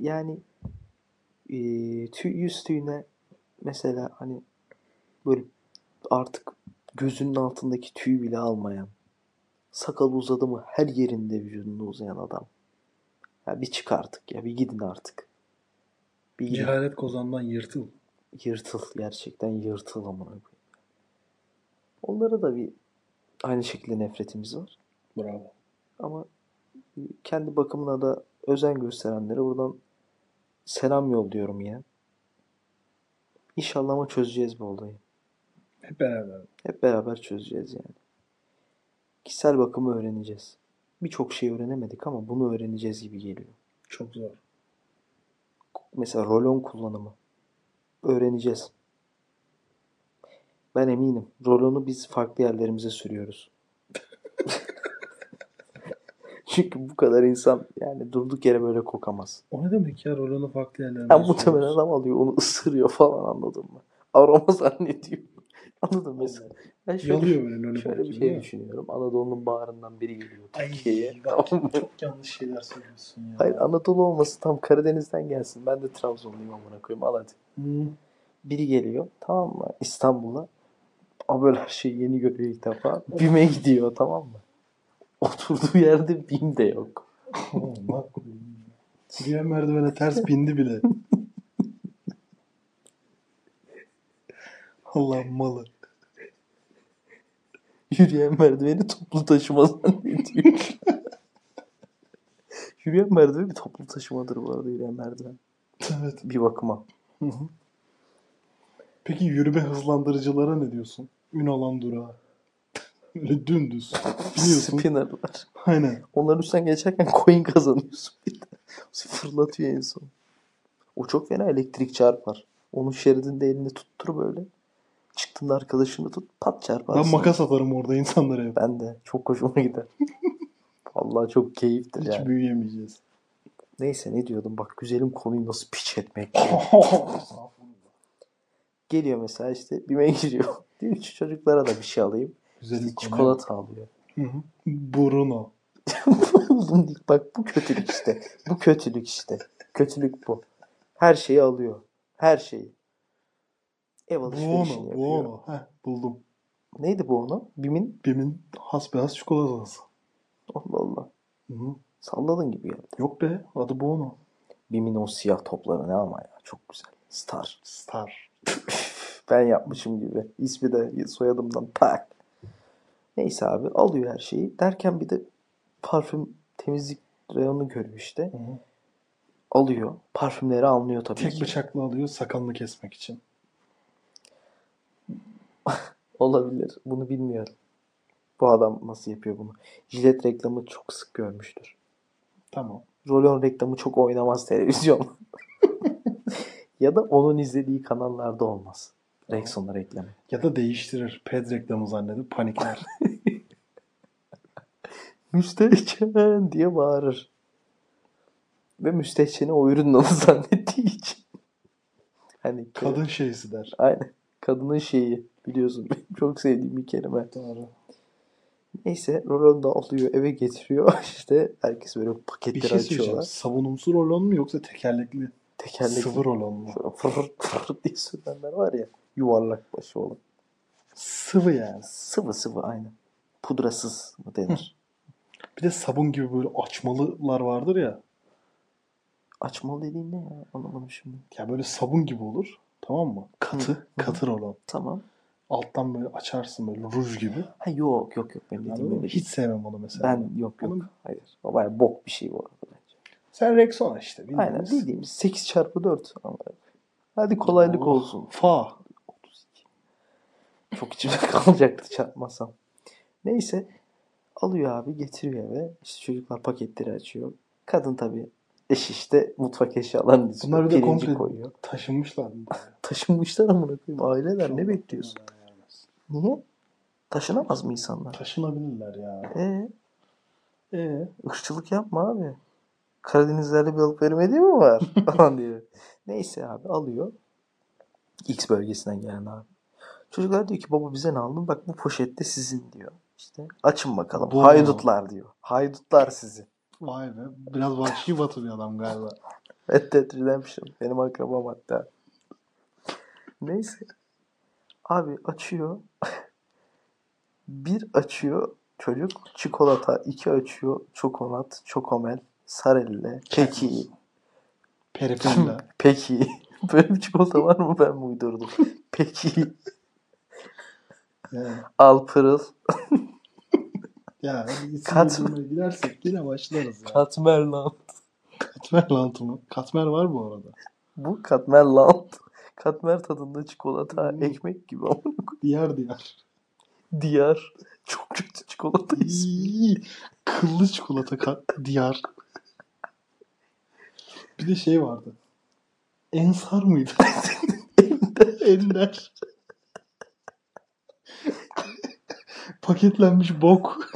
S1: Yani e, tüy, yüz tüyüne mesela hani böyle artık gözünün altındaki tüy bile almayan sakalı uzadı mı her yerinde vücudunda uzayan adam. Ya bir çık artık ya bir gidin artık. Bir gidin.
S2: Cehalet kozandan yırtıl.
S1: Yırtıl. Gerçekten yırtıl amına koyayım. Onlara da bir aynı şekilde nefretimiz var.
S2: Bravo.
S1: Ama kendi bakımına da özen gösterenlere buradan selam yolluyorum ya. İnşallah ama çözeceğiz bu olayı.
S2: Hep beraber.
S1: Hep beraber çözeceğiz yani. Kişisel bakımı öğreneceğiz. birçok şey öğrenemedik ama bunu öğreneceğiz gibi geliyor.
S2: Çok zor.
S1: Mesela rolon kullanımı. Öğreneceğiz. Ben eminim. Rolonu biz farklı yerlerimize sürüyoruz. Çünkü bu kadar insan yani durduk yere böyle kokamaz.
S2: O ne demek ya rolonu farklı yerlerine
S1: Yani
S2: sürüyoruz.
S1: muhtemelen adam alıyor onu ısırıyor falan anladın mı? Aroma zannediyor. Anladın mı? Mesela ben şöyle,
S2: Yalıyor böyle lollipop
S1: şöyle bir
S2: gibi,
S1: şey
S2: değil mi?
S1: düşünüyorum. Anadolu'nun bağrından biri geliyor
S2: Ay
S1: Türkiye'ye.
S2: bak
S1: Tamam mı?
S2: çok yanlış şeyler söylüyorsun ya.
S1: Hayır Anadolu olması tam Karadeniz'den gelsin. Ben de Trabzonluyum amına koyayım. Al hadi.
S2: Hmm.
S1: Biri geliyor tamam mı İstanbul'a. Ama böyle her şeyi yeni görüyor ilk defa. BİM'e gidiyor tamam mı? Oturduğu yerde BİM de yok.
S2: Allah koyayım ya. Yürüyen merdivene ters bindi bile. Allah malı.
S1: Yürüyen merdiveni toplu taşıma zannediyor. yürüyen merdiven bir toplu taşımadır bu arada yürüyen merdiven.
S2: Evet.
S1: Bir bakıma.
S2: Peki yürüme hızlandırıcılara ne diyorsun? Ünalan durağı. Böyle dümdüz. Biniyorsun.
S1: Spinner'lar.
S2: Aynen.
S1: Onların üstten geçerken coin kazanıyorsun bir de. Fırlatıyor en son. O çok fena elektrik çarpar. Onun şeridinde elini tuttur böyle. Çıktığında arkadaşını tut pat çarparsın.
S2: Ben makas atarım orada insanlara hep.
S1: Ben de. Çok hoşuma gider. Vallahi çok keyiftir
S2: Hiç
S1: yani.
S2: büyüyemeyeceğiz.
S1: Neyse ne diyordum bak güzelim konuyu nasıl piç etmek. Geliyor mesela işte BİM'e giriyor. Diyor ki çocuklara da bir şey alayım.
S2: Güzel bir konu.
S1: Çikolata alıyor.
S2: Hı hı. Bruno.
S1: Oğlum bak bu kötülük işte. Bu kötülük işte. Kötülük bu. Her şeyi alıyor. Her şeyi. Ev alışverişini
S2: Buono.
S1: yapıyor.
S2: Buono. Heh, buldum.
S1: Neydi bu onu? Bimin?
S2: Bim'in hasbihas çikolatası.
S1: Allah Allah.
S2: Hı hı.
S1: Salladın gibi geldi.
S2: Yok be. Adı Bono.
S1: Bimin o siyah topları ne ama ya. Çok güzel. Star.
S2: Star.
S1: Ben yapmışım gibi. İsmi de soyadımdan tak. Neyse abi alıyor her şeyi. Derken bir de parfüm temizlik reyonunu görüyor işte.
S2: Hı.
S1: Alıyor. Parfümleri anlıyor tabii
S2: Tek
S1: ki.
S2: bıçakla alıyor sakalını kesmek için.
S1: Olabilir. Bunu bilmiyorum. Bu adam nasıl yapıyor bunu? Jilet reklamı çok sık görmüştür.
S2: Tamam.
S1: Rolon reklamı çok oynamaz televizyon. ya da onun izlediği kanallarda olmaz. Rexona reklamı.
S2: Ya da değiştirir. Ped reklamı zannedip panikler.
S1: Müstehcen diye bağırır. Ve müstehceni o ürünün onu zannettiği için. hani ke-
S2: Kadın şeysi der.
S1: Aynen. Kadının şeyi biliyorsun. Benim çok sevdiğim bir kelime.
S2: Doğru.
S1: Neyse Rolon da alıyor eve getiriyor. işte herkes böyle
S2: Bir
S1: paketleri
S2: şey söyleyeceğim.
S1: açıyorlar.
S2: Savunumsu rolon mu yoksa tekerlekli,
S1: Tekerlekli
S2: sıvı rolon mu?
S1: Şöyle fır fır diye sürtenler var ya. Yuvarlak başı olan.
S2: Sıvı yani.
S1: Sıvı sıvı aynı. Pudrasız mı denir?
S2: Bir de sabun gibi böyle açmalılar vardır ya.
S1: Açmalı dediğin ne ya? Anlamadım şimdi.
S2: Ya böyle sabun gibi olur. Tamam mı?
S1: Hı.
S2: Katı, katı rolon.
S1: Tamam.
S2: Alttan böyle açarsın böyle ruj gibi.
S1: Ha yok yok yok benim
S2: Anladın
S1: dediğim
S2: mı?
S1: öyle.
S2: Hiç sevmem onu mesela.
S1: Ben yok yok.
S2: Oğlum.
S1: Hayır. O baya bok bir şey bu arada bence.
S2: Sen Rexona işte.
S1: Aynen
S2: bildiğimiz.
S1: bildiğimiz 8 çarpı 4. Hadi kolaylık
S2: Oh,
S1: olsun.
S2: Fa.
S1: Çok içimde kalacaktı çarpmasam. Neyse. Alıyor abi getiriyor eve. İşte çocuklar paketleri açıyor. Kadın tabii eş işte mutfak eşyalarını diziyor.
S2: Bunlar bir de
S1: Pirinci
S2: komple
S1: koyuyor.
S2: taşınmışlar. mı?
S1: Taşınmışlar amına koyayım. Aileler ne bekliyorsun?
S2: Allah vermesin.
S1: Niye? Taşınamaz mı insanlar?
S2: Taşınabilirler ya.
S1: Ee,
S2: Ee,
S1: ırkçılık yapma abi. Karadenizlerle bir alıp vermediği mi var? Falan diyor. Neyse abi alıyor. X bölgesinden gelen abi. Çocuklar diyor ki baba bize ne aldın? Bak bu poşette sizin diyor. İşte açın bakalım.
S2: Doğru.
S1: Haydutlar diyor. Haydutlar sizi.
S2: vay be. Biraz vahşi batı bir adam galiba.
S1: Red Dead Redemption. şey Benim akrabam hatta. Neyse. Abi açıyor. bir açıyor çocuk çikolata. iki açıyor çokonat, çokomel, sarelle, peki,
S2: Periferiyle.
S1: peki. Böyle bir çikolata var mı ben mi uydurdum? Peki,
S2: Yani,
S1: al pırıl,
S2: ya isim
S1: Kat-
S2: uydurmaya girersek yine başlarız ya.
S1: katmerland.
S2: Katmer lantımı. Katmer var bu arada.
S1: Bu katmerland. Katmer tadında çikolata,
S2: Hmm.
S1: ekmek gibi ama
S2: Diğer diğer.
S1: Diyar. Çok kötü çikolata
S2: Hmm.
S1: ismi.
S2: İyi. Kıllı çikolata ka- diyar. Bir de şey vardı. Ensar mıydı? Ender. Paketlenmiş bok.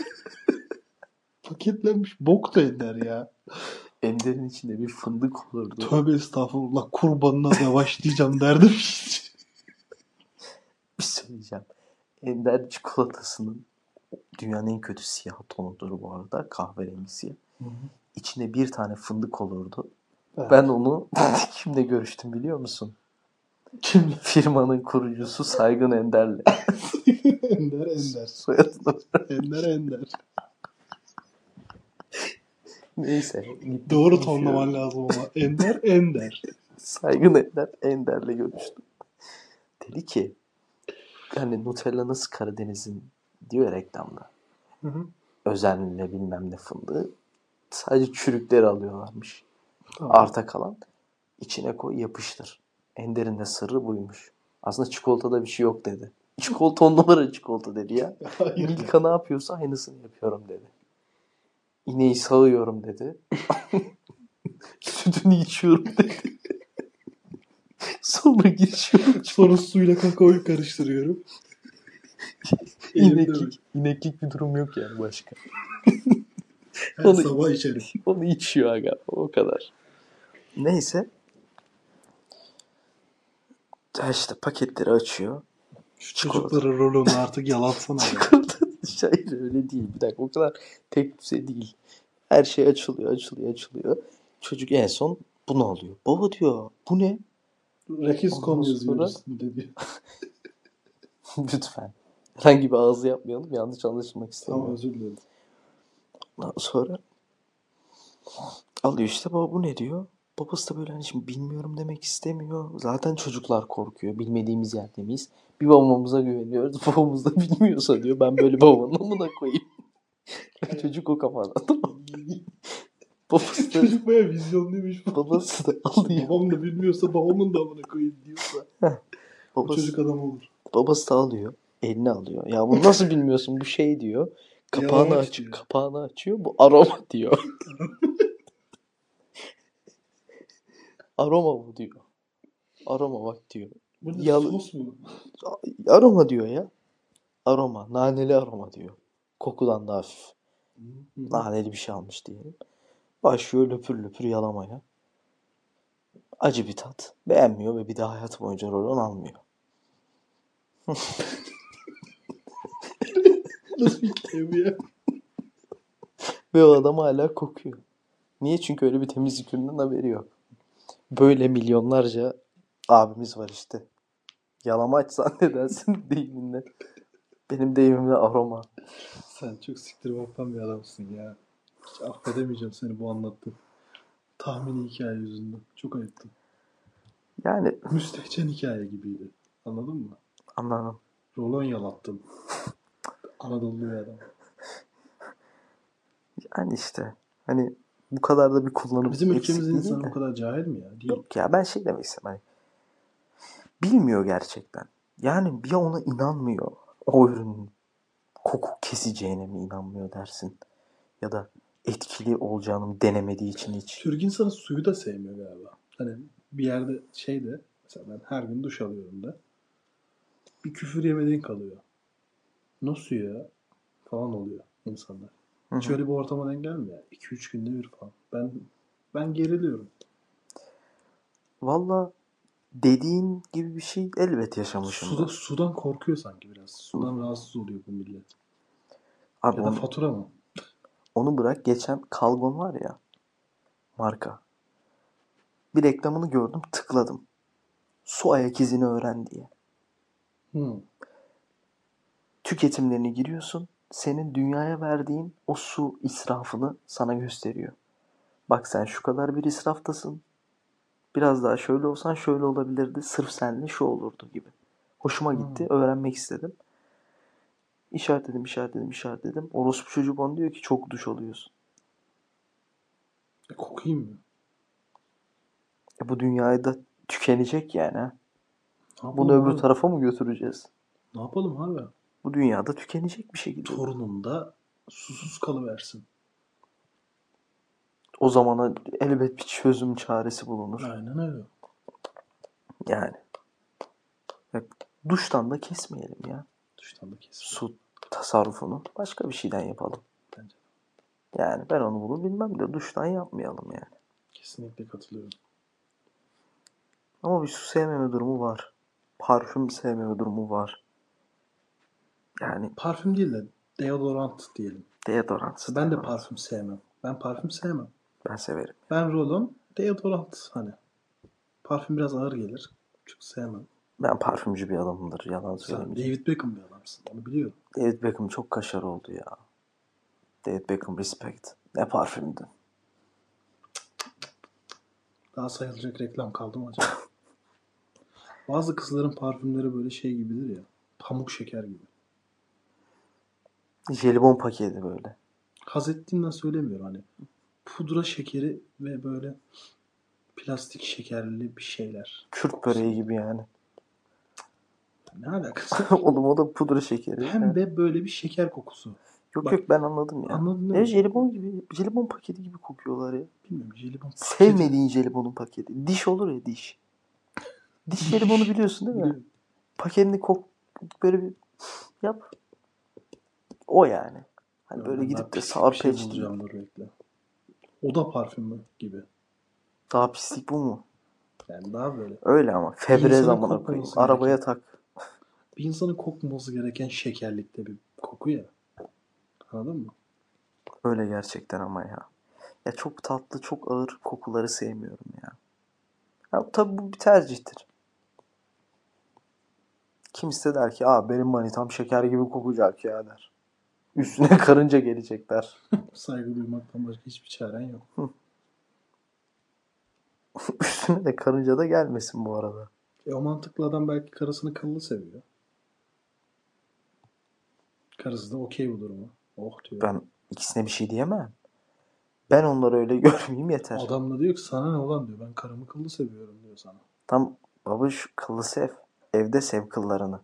S2: Paketlenmiş bok da Ender ya.
S1: Ender'in içinde bir fındık olurdu.
S2: Tövbe estağfurullah kurbanına yavaş diyeceğim derdim.
S1: bir söyleyeceğim. Ender çikolatasının dünyanın en kötü siyah tonudur bu arada. Kahverengi siyah.
S2: Hı hı.
S1: İçinde bir tane fındık olurdu.
S2: Evet.
S1: Ben onu kimle görüştüm biliyor musun?
S2: Kim?
S1: Firmanın kurucusu Saygın Ender'le.
S2: Ender Ender.
S1: Soyadını.
S2: Ender Ender.
S1: Neyse.
S2: Doğru tonlaman lazım ama. Ender Ender.
S1: Saygın Ender Ender'le görüştüm. Dedi ki yani Nutella nasıl Karadeniz'in diyor ya reklamda.
S2: Hı hı.
S1: Özenle bilmem ne fındığı. Sadece çürükleri alıyorlarmış.
S2: Tamam.
S1: arta kalan içine koy yapıştır. Ender'in de sırrı buymuş. Aslında çikolatada bir şey yok dedi. Çikolata on numara çikolata dedi ya.
S2: Hayır.
S1: Milka ne yapıyorsa aynısını yapıyorum dedi. İneği sağıyorum dedi. Sütünü içiyorum dedi. Sonra geçiyorum.
S2: Sonra suyla kakaoyu karıştırıyorum. Elimde
S1: İneklik, ineklik bir durum yok yani başka.
S2: Her
S1: Onu-
S2: sabah içerim.
S1: Onu içiyor aga. O kadar. Neyse. Ya işte paketleri açıyor.
S2: Şu
S1: Çikolata.
S2: çocuklara rolonu artık yalatsana ya.
S1: Çikolata hayır öyle değil. Bir dakika o kadar tek düze değil. Her şey açılıyor, açılıyor, açılıyor. Çocuk en son bu ne oluyor? Baba diyor bu ne?
S2: Rakis
S1: Ondan
S2: konu
S1: sonra-
S2: yazıyor üstünde diyor.
S1: Lütfen. Herhangi bir ağzı yapmayalım. Yanlış anlaşılmak
S2: Tamam
S1: istemiyorum.
S2: özür dilerim.
S1: Ondan sonra alıyor işte baba bu ne diyor? Babası da böyle hani şimdi bilmiyorum demek istemiyor. Zaten çocuklar korkuyor. Bilmediğimiz yerde miyiz? Bir babamıza güveniyoruz. Babamız da bilmiyorsa diyor. Ben böyle babanın amına koyayım. Çocuk o kafada. Babası da
S2: Çocuk baya vizyonluymuş.
S1: Babası da alıyor.
S2: Babam da bilmiyorsa babamın da amına koyayım diyorsa. Bu
S1: Babası,
S2: çocuk adam olur.
S1: babası da alıyor. Elini alıyor. Ya bunu nasıl bilmiyorsun bu şey diyor. Kapağını
S2: Yalamak
S1: aç,
S2: diyor.
S1: kapağını açıyor. Bu aroma diyor. aroma bu diyor. Aroma bak diyor.
S2: Bu ne
S1: Yalı-
S2: sos mu?
S1: Aroma diyor ya. Aroma. Naneli aroma diyor. Kokudan daha hafif. naneli bir şey almış diyelim. Başlıyor löpür löpür yalamaya. Acı bir tat. Beğenmiyor ve bir daha hayat boyunca rolon almıyor.
S2: Nasıl bir kelime ya?
S1: Ve o adam hala kokuyor. Niye? Çünkü öyle bir temizlik ürününden haberi yok. Böyle milyonlarca abimiz var işte. Yalamaç zannedersin deyiminde. Benim deyimimde aroma.
S2: Sen çok siktir baktan bir adamsın ya. Hiç affedemeyeceğim seni bu anlattığın. Tahmini hikaye yüzünden. Çok ayıptı.
S1: Yani
S2: Müstehcen hikaye gibiydi. Anladın mı?
S1: anladım.
S2: Rolon yalattın. Anadolu bir adam.
S1: Yani işte hani bu kadar da bir kullanım
S2: Bizim ülkemizin
S1: eksikliği değil
S2: insanı
S1: de.
S2: bu kadar cahil mi ya? Değil.
S1: Yok ya ben şey demek istedim hani bilmiyor gerçekten. Yani bir ona inanmıyor o ürünün koku keseceğine mi inanmıyor dersin. Ya da etkili olacağını denemediği için hiç.
S2: Türk insanı suyu da sevmiyor galiba. Hani bir yerde şey de mesela ben her gün duş alıyorum da bir küfür yemediğin kalıyor. Nasıl ya? Falan oluyor insanlar.
S1: Hı hı.
S2: Hiç öyle bir ortama denk gelmiyor. 2-3 günde bir falan. Ben ben geriliyorum.
S1: Valla dediğin gibi bir şey elbet yaşamışım.
S2: Suda,
S1: ben.
S2: sudan korkuyor sanki biraz. Sudan rahatsız oluyor bu millet.
S1: Abi
S2: Ya da
S1: onu,
S2: fatura mı?
S1: onu bırak geçen kalgon var ya marka. Bir reklamını gördüm tıkladım. Su ayak izini öğren diye.
S2: Hı.
S1: tüketimlerini giriyorsun. Senin dünyaya verdiğin o su israfını sana gösteriyor. Bak sen şu kadar bir israftasın. Biraz daha şöyle olsan şöyle olabilirdi. Sırf seninle şu olurdu gibi. Hoşuma gitti. Öğrenmek istedim. İşaretledim, işaretledim, işaretledim. Orospu çocuk bana diyor ki çok duş alıyorsun.
S2: E, kokayım mı?
S1: E bu dünyada tükenecek yani. ha.
S2: Ne yapalım
S1: Bunu öbür
S2: abi?
S1: tarafa mı götüreceğiz?
S2: Ne yapalım abi?
S1: Bu dünyada tükenecek bir şekilde.
S2: Torunum da susuz kalıversin.
S1: O zamana elbet bir çözüm çaresi bulunur.
S2: Aynen öyle.
S1: Yani. Ya, duştan da kesmeyelim ya.
S2: Dıştan da kesin.
S1: Su tasarrufunu başka bir şeyden yapalım.
S2: Bence
S1: Yani ben onu bunu bilmem de duştan yapmayalım yani.
S2: Kesinlikle katılıyorum.
S1: Ama bir su sevmeme durumu var. Parfüm sevmeme durumu var. Yani
S2: Parfüm değil de deodorant diyelim.
S1: deodorant.
S2: Ben de parfüm sevmem. Ben parfüm sevmem.
S1: Ben severim.
S2: Ben rolon deodorant hani. Parfüm biraz ağır gelir. Çok sevmem.
S1: Ben parfümcü bir adamımdır. Yalan
S2: Sen
S1: söylemeyeceğim.
S2: David Beckham bir adamsın. Onu biliyorum.
S1: David Beckham çok kaşar oldu ya. David Beckham respect. Ne parfümdü.
S2: Daha sayılacak reklam kaldı mı acaba? Bazı kızların parfümleri böyle şey gibidir ya. Pamuk şeker gibi.
S1: Jelibon paketi böyle.
S2: Haz ettiğimden söylemiyorum hani. Pudra şekeri ve böyle plastik şekerli bir şeyler.
S1: Kürt böreği gibi yani.
S2: Ne alakası?
S1: Oğlum o da pudra şekeri.
S2: Pembe böyle bir şeker kokusu.
S1: Yok
S2: Bak-
S1: yok ben anladım ya.
S2: Anladın
S1: Ne şey-
S2: mı?
S1: jelibon gibi, jelibon paketi gibi kokuyorlar ya.
S2: Bilmiyorum jelibon. paketi.
S1: Sevmediğin jelibonun paketi. Diş olur ya diş. Diş jelibonu biliyorsun değil mi?
S2: Biliyorum.
S1: Paketini kok böyle bir yap. O yani. Hani
S2: Ben
S1: böyle
S2: daha
S1: gidip de
S2: pislik bir
S1: sarpeç
S2: şey bulacağım dur bekle. Oda parfümü gibi.
S1: Daha pislik bu mu?
S2: Yani daha böyle.
S1: Öyle ama. Febre
S2: İnsanın
S1: zamanı koyayım.
S2: kokmaması
S1: Arabaya tak.
S2: Bir insanın kokmaması gereken şekerlikte bir koku ya. Anladın mı?
S1: Öyle gerçekten ama ya. Ya çok tatlı, çok ağır kokuları sevmiyorum ya. ya tabii bu bir tercihtir. Kimisi de der ki Aa, benim manitam şeker gibi kokacak ya der. Üstüne karınca gelecek der.
S2: Saygı duymaktan başka hiçbir çaren yok.
S1: Üstüne de karınca da gelmesin bu arada.
S2: E o mantıklı adam belki karısını kıllı seviyor. Karısı da okey bu duruma. Oh diyor.
S1: Ben ikisine bir şey diyemem. Ben onları öyle görmeyeyim yeter.
S2: Adam da diyor ki sana ne olan diyor. Ben karımı kıllı seviyorum diyor sana.
S1: Tam baba şu kıllı sev. Evde sev kıllarını.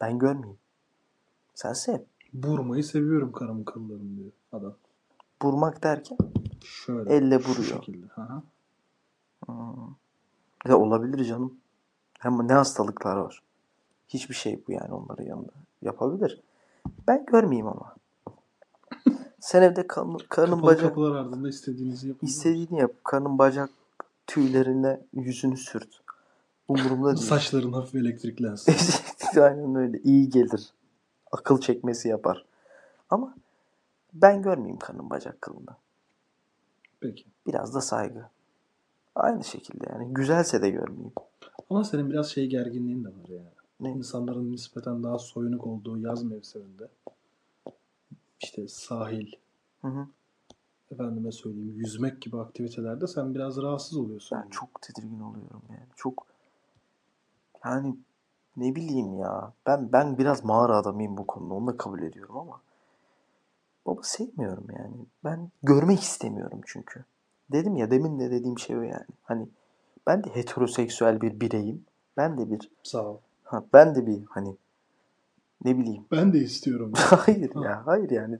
S1: Ben görmeyeyim. Sen sev.
S2: Burmayı seviyorum karımın kıllarını diyor adam.
S1: Burmak derken
S2: Şöyle.
S1: Elle
S2: şu
S1: vuruyor.
S2: şekilde. Hı hı.
S1: Hmm. Ya olabilir canım. Hem ne hastalıklar var. Hiçbir şey bu yani onların yanında. Yapabilir. Ben görmeyeyim ama. Sen evde kan, karnın
S2: Kapalı
S1: bacak
S2: kapılar ardında istediğinizi yapın.
S1: istediğini yap. Karnın bacak tüylerine yüzünü sürt. Umurumda değil.
S2: Saçların hafif elektriklensin.
S1: Aynen öyle. İyi gelir. Akıl çekmesi yapar. Ama ben görmeyeyim karnın bacak kılını.
S2: Peki.
S1: Biraz da saygı. Aynı şekilde yani. Güzelse de görmeyeyim.
S2: Ama senin biraz şey gerginliğin de var yani.
S1: Ne?
S2: İnsanların nispeten daha soyunuk olduğu yaz mevsiminde işte sahil,
S1: Hı hı.
S2: efendime söyleyeyim yüzmek gibi aktivitelerde sen biraz rahatsız oluyorsun.
S1: Ben çok tedirgin oluyorum yani. Çok yani ne bileyim ya. Ben ben biraz mağara adamıyım bu konuda. Onu da kabul ediyorum ama baba sevmiyorum yani. Ben görmek istemiyorum çünkü. Dedim ya demin de dediğim şey o yani. Hani ben de heteroseksüel bir bireyim. Ben de bir
S2: Sağ ol.
S1: ha, ben de bir hani ne bileyim.
S2: Ben de istiyorum.
S1: hayır ya hayır yani.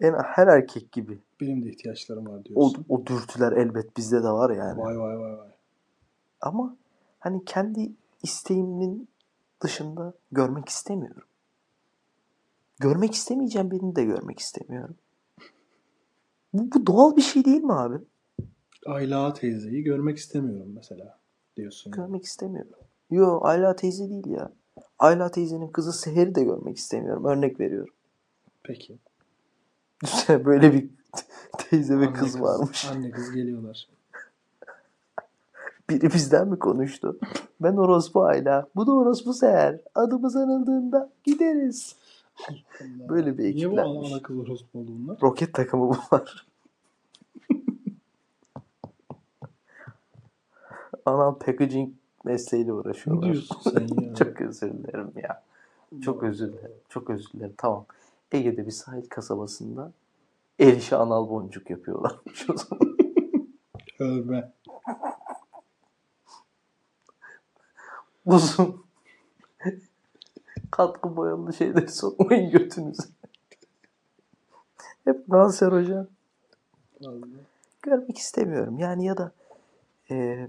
S1: En her erkek gibi.
S2: Benim de ihtiyaçlarım var
S1: O,
S2: diyorsun.
S1: o dürtüler elbet bizde de var yani.
S2: Vay vay vay vay.
S1: Ama hani kendi isteğimin dışında görmek istemiyorum. Görmek istemeyeceğim birini de görmek istemiyorum. Bu, bu doğal bir şey değil mi abi?
S2: Ayla teyzeyi görmek istemiyorum mesela diyorsun. yani.
S1: Görmek istemiyorum. Yo Ayla teyze değil ya. Ayla teyzenin kızı Seher'i de görmek istemiyorum. Örnek veriyorum.
S2: Peki.
S1: Düşünsene böyle bir teyze ve
S2: Anne
S1: kız varmış.
S2: Anne kız geliyorlar.
S1: Biri bizden mi konuştu? Ben orospu Ayla. Bu da orospu Seher. Adımız anıldığında gideriz.
S2: Allah.
S1: Böyle bir
S2: Niye bu ana,
S1: ekiplenmiş.
S2: ana kız orospu oldu bunlar?
S1: Roket takımı bunlar. Anam packaging mesleğiyle
S2: Ne
S1: uğraşıyorlar.
S2: diyorsun sen ya?
S1: Çok özür dilerim ya. Çok özür dilerim. Çok özür dilerim. Tamam. Ege'de bir sahil kasabasında el işi anal boncuk yapıyorlar.
S2: Tövbe.
S1: Uzun katkı boyalı şeyleri sokmayın götünüze. Hep kanser hocam.
S2: Vallahi.
S1: Görmek istemiyorum. Yani ya da e,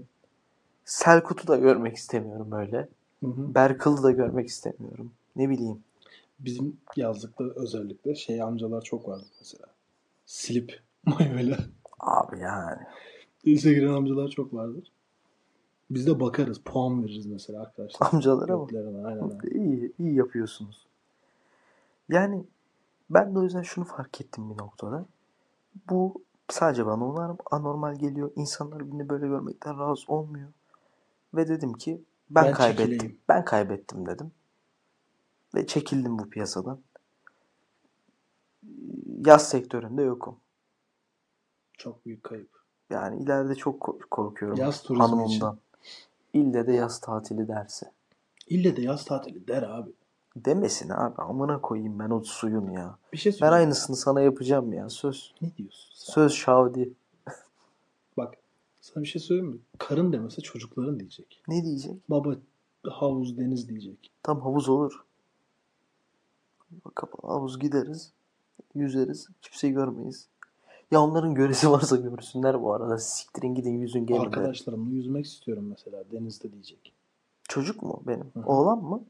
S1: Selkut'u da görmek istemiyorum böyle.
S2: Hı hı.
S1: Berkıl'ı da görmek istemiyorum. Ne bileyim.
S2: Bizim yazlıkta özellikle şey amcalar çok vardı mesela. Silip mayoyla
S1: Abi yani.
S2: denize giren amcalar çok vardır. Biz de bakarız. Puan veririz mesela arkadaşlar.
S1: Amcalara bak.
S2: Götlerine, aynen aynen.
S1: İyi, iyi yapıyorsunuz. Yani ben de o yüzden şunu fark ettim bir noktada. Bu sadece bana onlar anormal geliyor. İnsanlar birbirini böyle görmekten rahatsız olmuyor. Ve dedim ki ben,
S2: Ben
S1: kaybettim.
S2: çekileyim.
S1: Ben kaybettim dedim. Ve çekildim bu piyasadan. Yaz sektöründe yokum.
S2: Çok büyük kayıp.
S1: Yani ileride çok ko- korkuyorum
S2: Yaz turizmi
S1: hanımımdan. İlle de yaz tatili derse.
S2: İlle de yaz tatili der abi.
S1: Demesin abi amına koyayım ben o suyun ya.
S2: Bir şey
S1: Ben
S2: söyleyeyim.
S1: aynısını sana yapacağım ya. Söz.
S2: Ne diyorsun sen?
S1: Söz Şavdi.
S2: Bak sana bir şey söyleyeyim mi? Karın demese çocukların diyecek.
S1: Ne diyecek?
S2: Baba havuz deniz diyecek.
S1: Tam havuz olur. Kapalı havuz gideriz. Yüzeriz. Kimseyi görmeyiz. Ya onların göresi varsa görsünler bu arada. Siktirin gidin yüzün gelin. de.
S2: Arkadaşlarımla yüzmek istiyorum mesela denizde diyecek.
S1: Çocuk mu benim?
S2: Hı hı.
S1: Oğlan mı?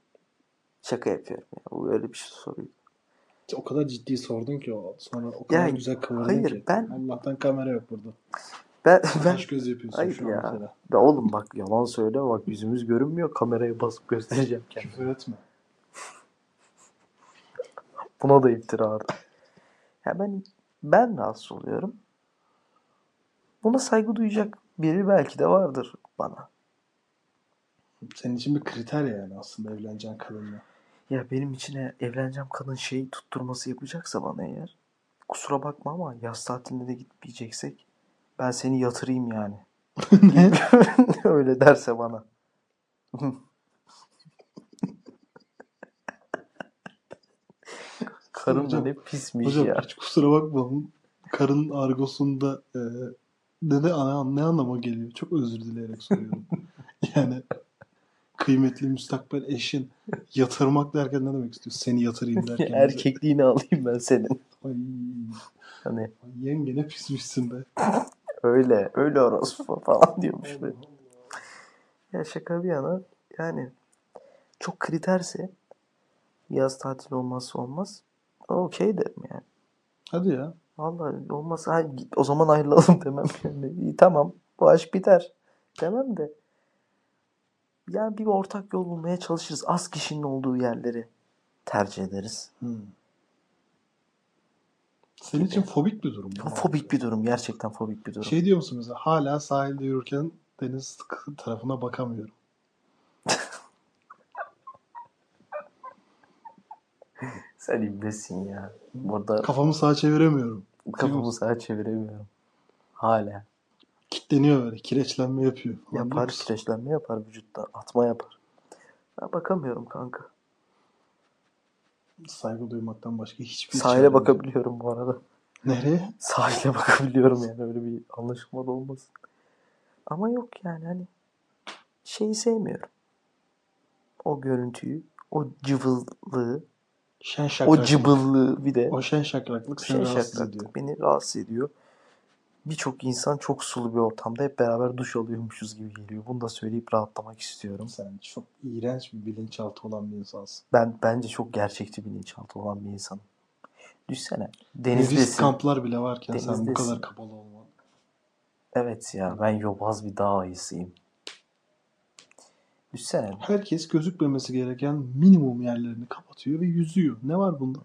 S1: Şaka yapıyorum ya. Bu öyle bir şey soruyor.
S2: O kadar ciddi sordun ki o. Sonra o kadar
S1: Ya,
S2: güzel kıvırdın
S1: hayır,
S2: ki.
S1: ben-
S2: Allah'tan kamera yok burada.
S1: Ben, ben,
S2: Taş göz yapıyorsun
S1: Hayır
S2: şu an
S1: ya.
S2: mesela.
S1: Ya oğlum bak yalan söyleme bak yüzümüz görünmüyor. Kameraya basıp göstereceğim kendimi.
S2: Küfür etme.
S1: Buna da iftira abi. Ya ben, ben rahatsız oluyorum. Buna saygı duyacak biri belki de vardır bana.
S2: Senin için bir kriter yani aslında evleneceğin kadınla.
S1: Ya benim içine evleneceğim kadın şeyi tutturması yapacaksa bana eğer. Kusura bakma ama yaz tatilinde de gitmeyeceksek ben seni yatırayım yani.
S2: Ne?
S1: Öyle derse bana. Karım da
S2: Hocam-
S1: ne pismiş
S2: Hocam
S1: şey ya.
S2: hiç kusura bakma. bu Karın argosunda e, ne, ne, ana- ne anlama geliyor? Çok özür dileyerek soruyorum. yani kıymetli müstakbel eşin yatırmak derken ne demek istiyor? Seni yatırayım derken.
S1: Erkekliğini alayım ben senin.
S2: Ay,
S1: Hani
S2: yenge ne pismişsin be.
S1: öyle öyle orospu falan diyormuş. böyle. Ya şaka bir yana yani çok kriterse yaz tatili olmazsa olmaz. Okey derim yani.
S2: Hadi ya.
S1: Vallahi olmazsa ha, git, o zaman ayrılalım demem. Yani İyi, tamam bu aşk biter demem de. Yani bir ortak yol bulmaya çalışırız. Az kişinin olduğu yerleri tercih ederiz.
S2: Hmm. Senin için fobik bir durum bu.
S1: Fobik bir durum. Gerçekten fobik bir durum.
S2: Şey diyor musun mesela hala sahilde yürürken deniz k- tarafına bakamıyorum.
S1: Sen imbesin ya. Burada
S2: Kafamı sağa çeviremiyorum.
S1: kafamı sağa çeviremiyorum. Hala.
S2: Kitleniyor böyle. Kireçlenme yapıyor. Ulan
S1: Yapar,
S2: ne-
S1: kireçlenme yapar vücutta. Atma yapar. Ben bakamıyorum kanka.
S2: Saygı duymaktan başka hiçbir
S1: Sahile
S2: çarem yok.
S1: bakabiliyorum bu arada.
S2: Nereye?
S1: Sahile bakabiliyorum yani öyle bir anlaşılma da olmasın. Ama yok yani hani şeyi sevmiyorum. O görüntüyü, o cıvıllığı,
S2: Şen
S1: o
S2: şakraklık.
S1: cıvıllığı bir de
S2: O şen şakraklık seni
S1: şey
S2: rahatsız
S1: şakraklık
S2: ediyor.
S1: beni rahatsız ediyor. Birçok insan çok sulu bir ortamda hep beraber duş alıyormuşuz gibi geliyor. Bunu da söyleyip rahatlamak istiyorum.
S2: Sen çok iğrenç bir bilinçaltı olan bir insansın.
S1: Ben bence çok gerçekçi bilinçaltı olan bir insanım. Düşsene.
S2: Nefis
S1: Denizdesin.
S2: kamplar bile varken sen bu
S1: Denizdesin.
S2: kadar kapalı olman.
S1: Evet ya ben yobaz bir dağ ayısıyım. Düşsene.
S2: Herkes gözükmemesi gereken minimum yerlerini kapatıyor ve yüzüyor. Ne var bunda?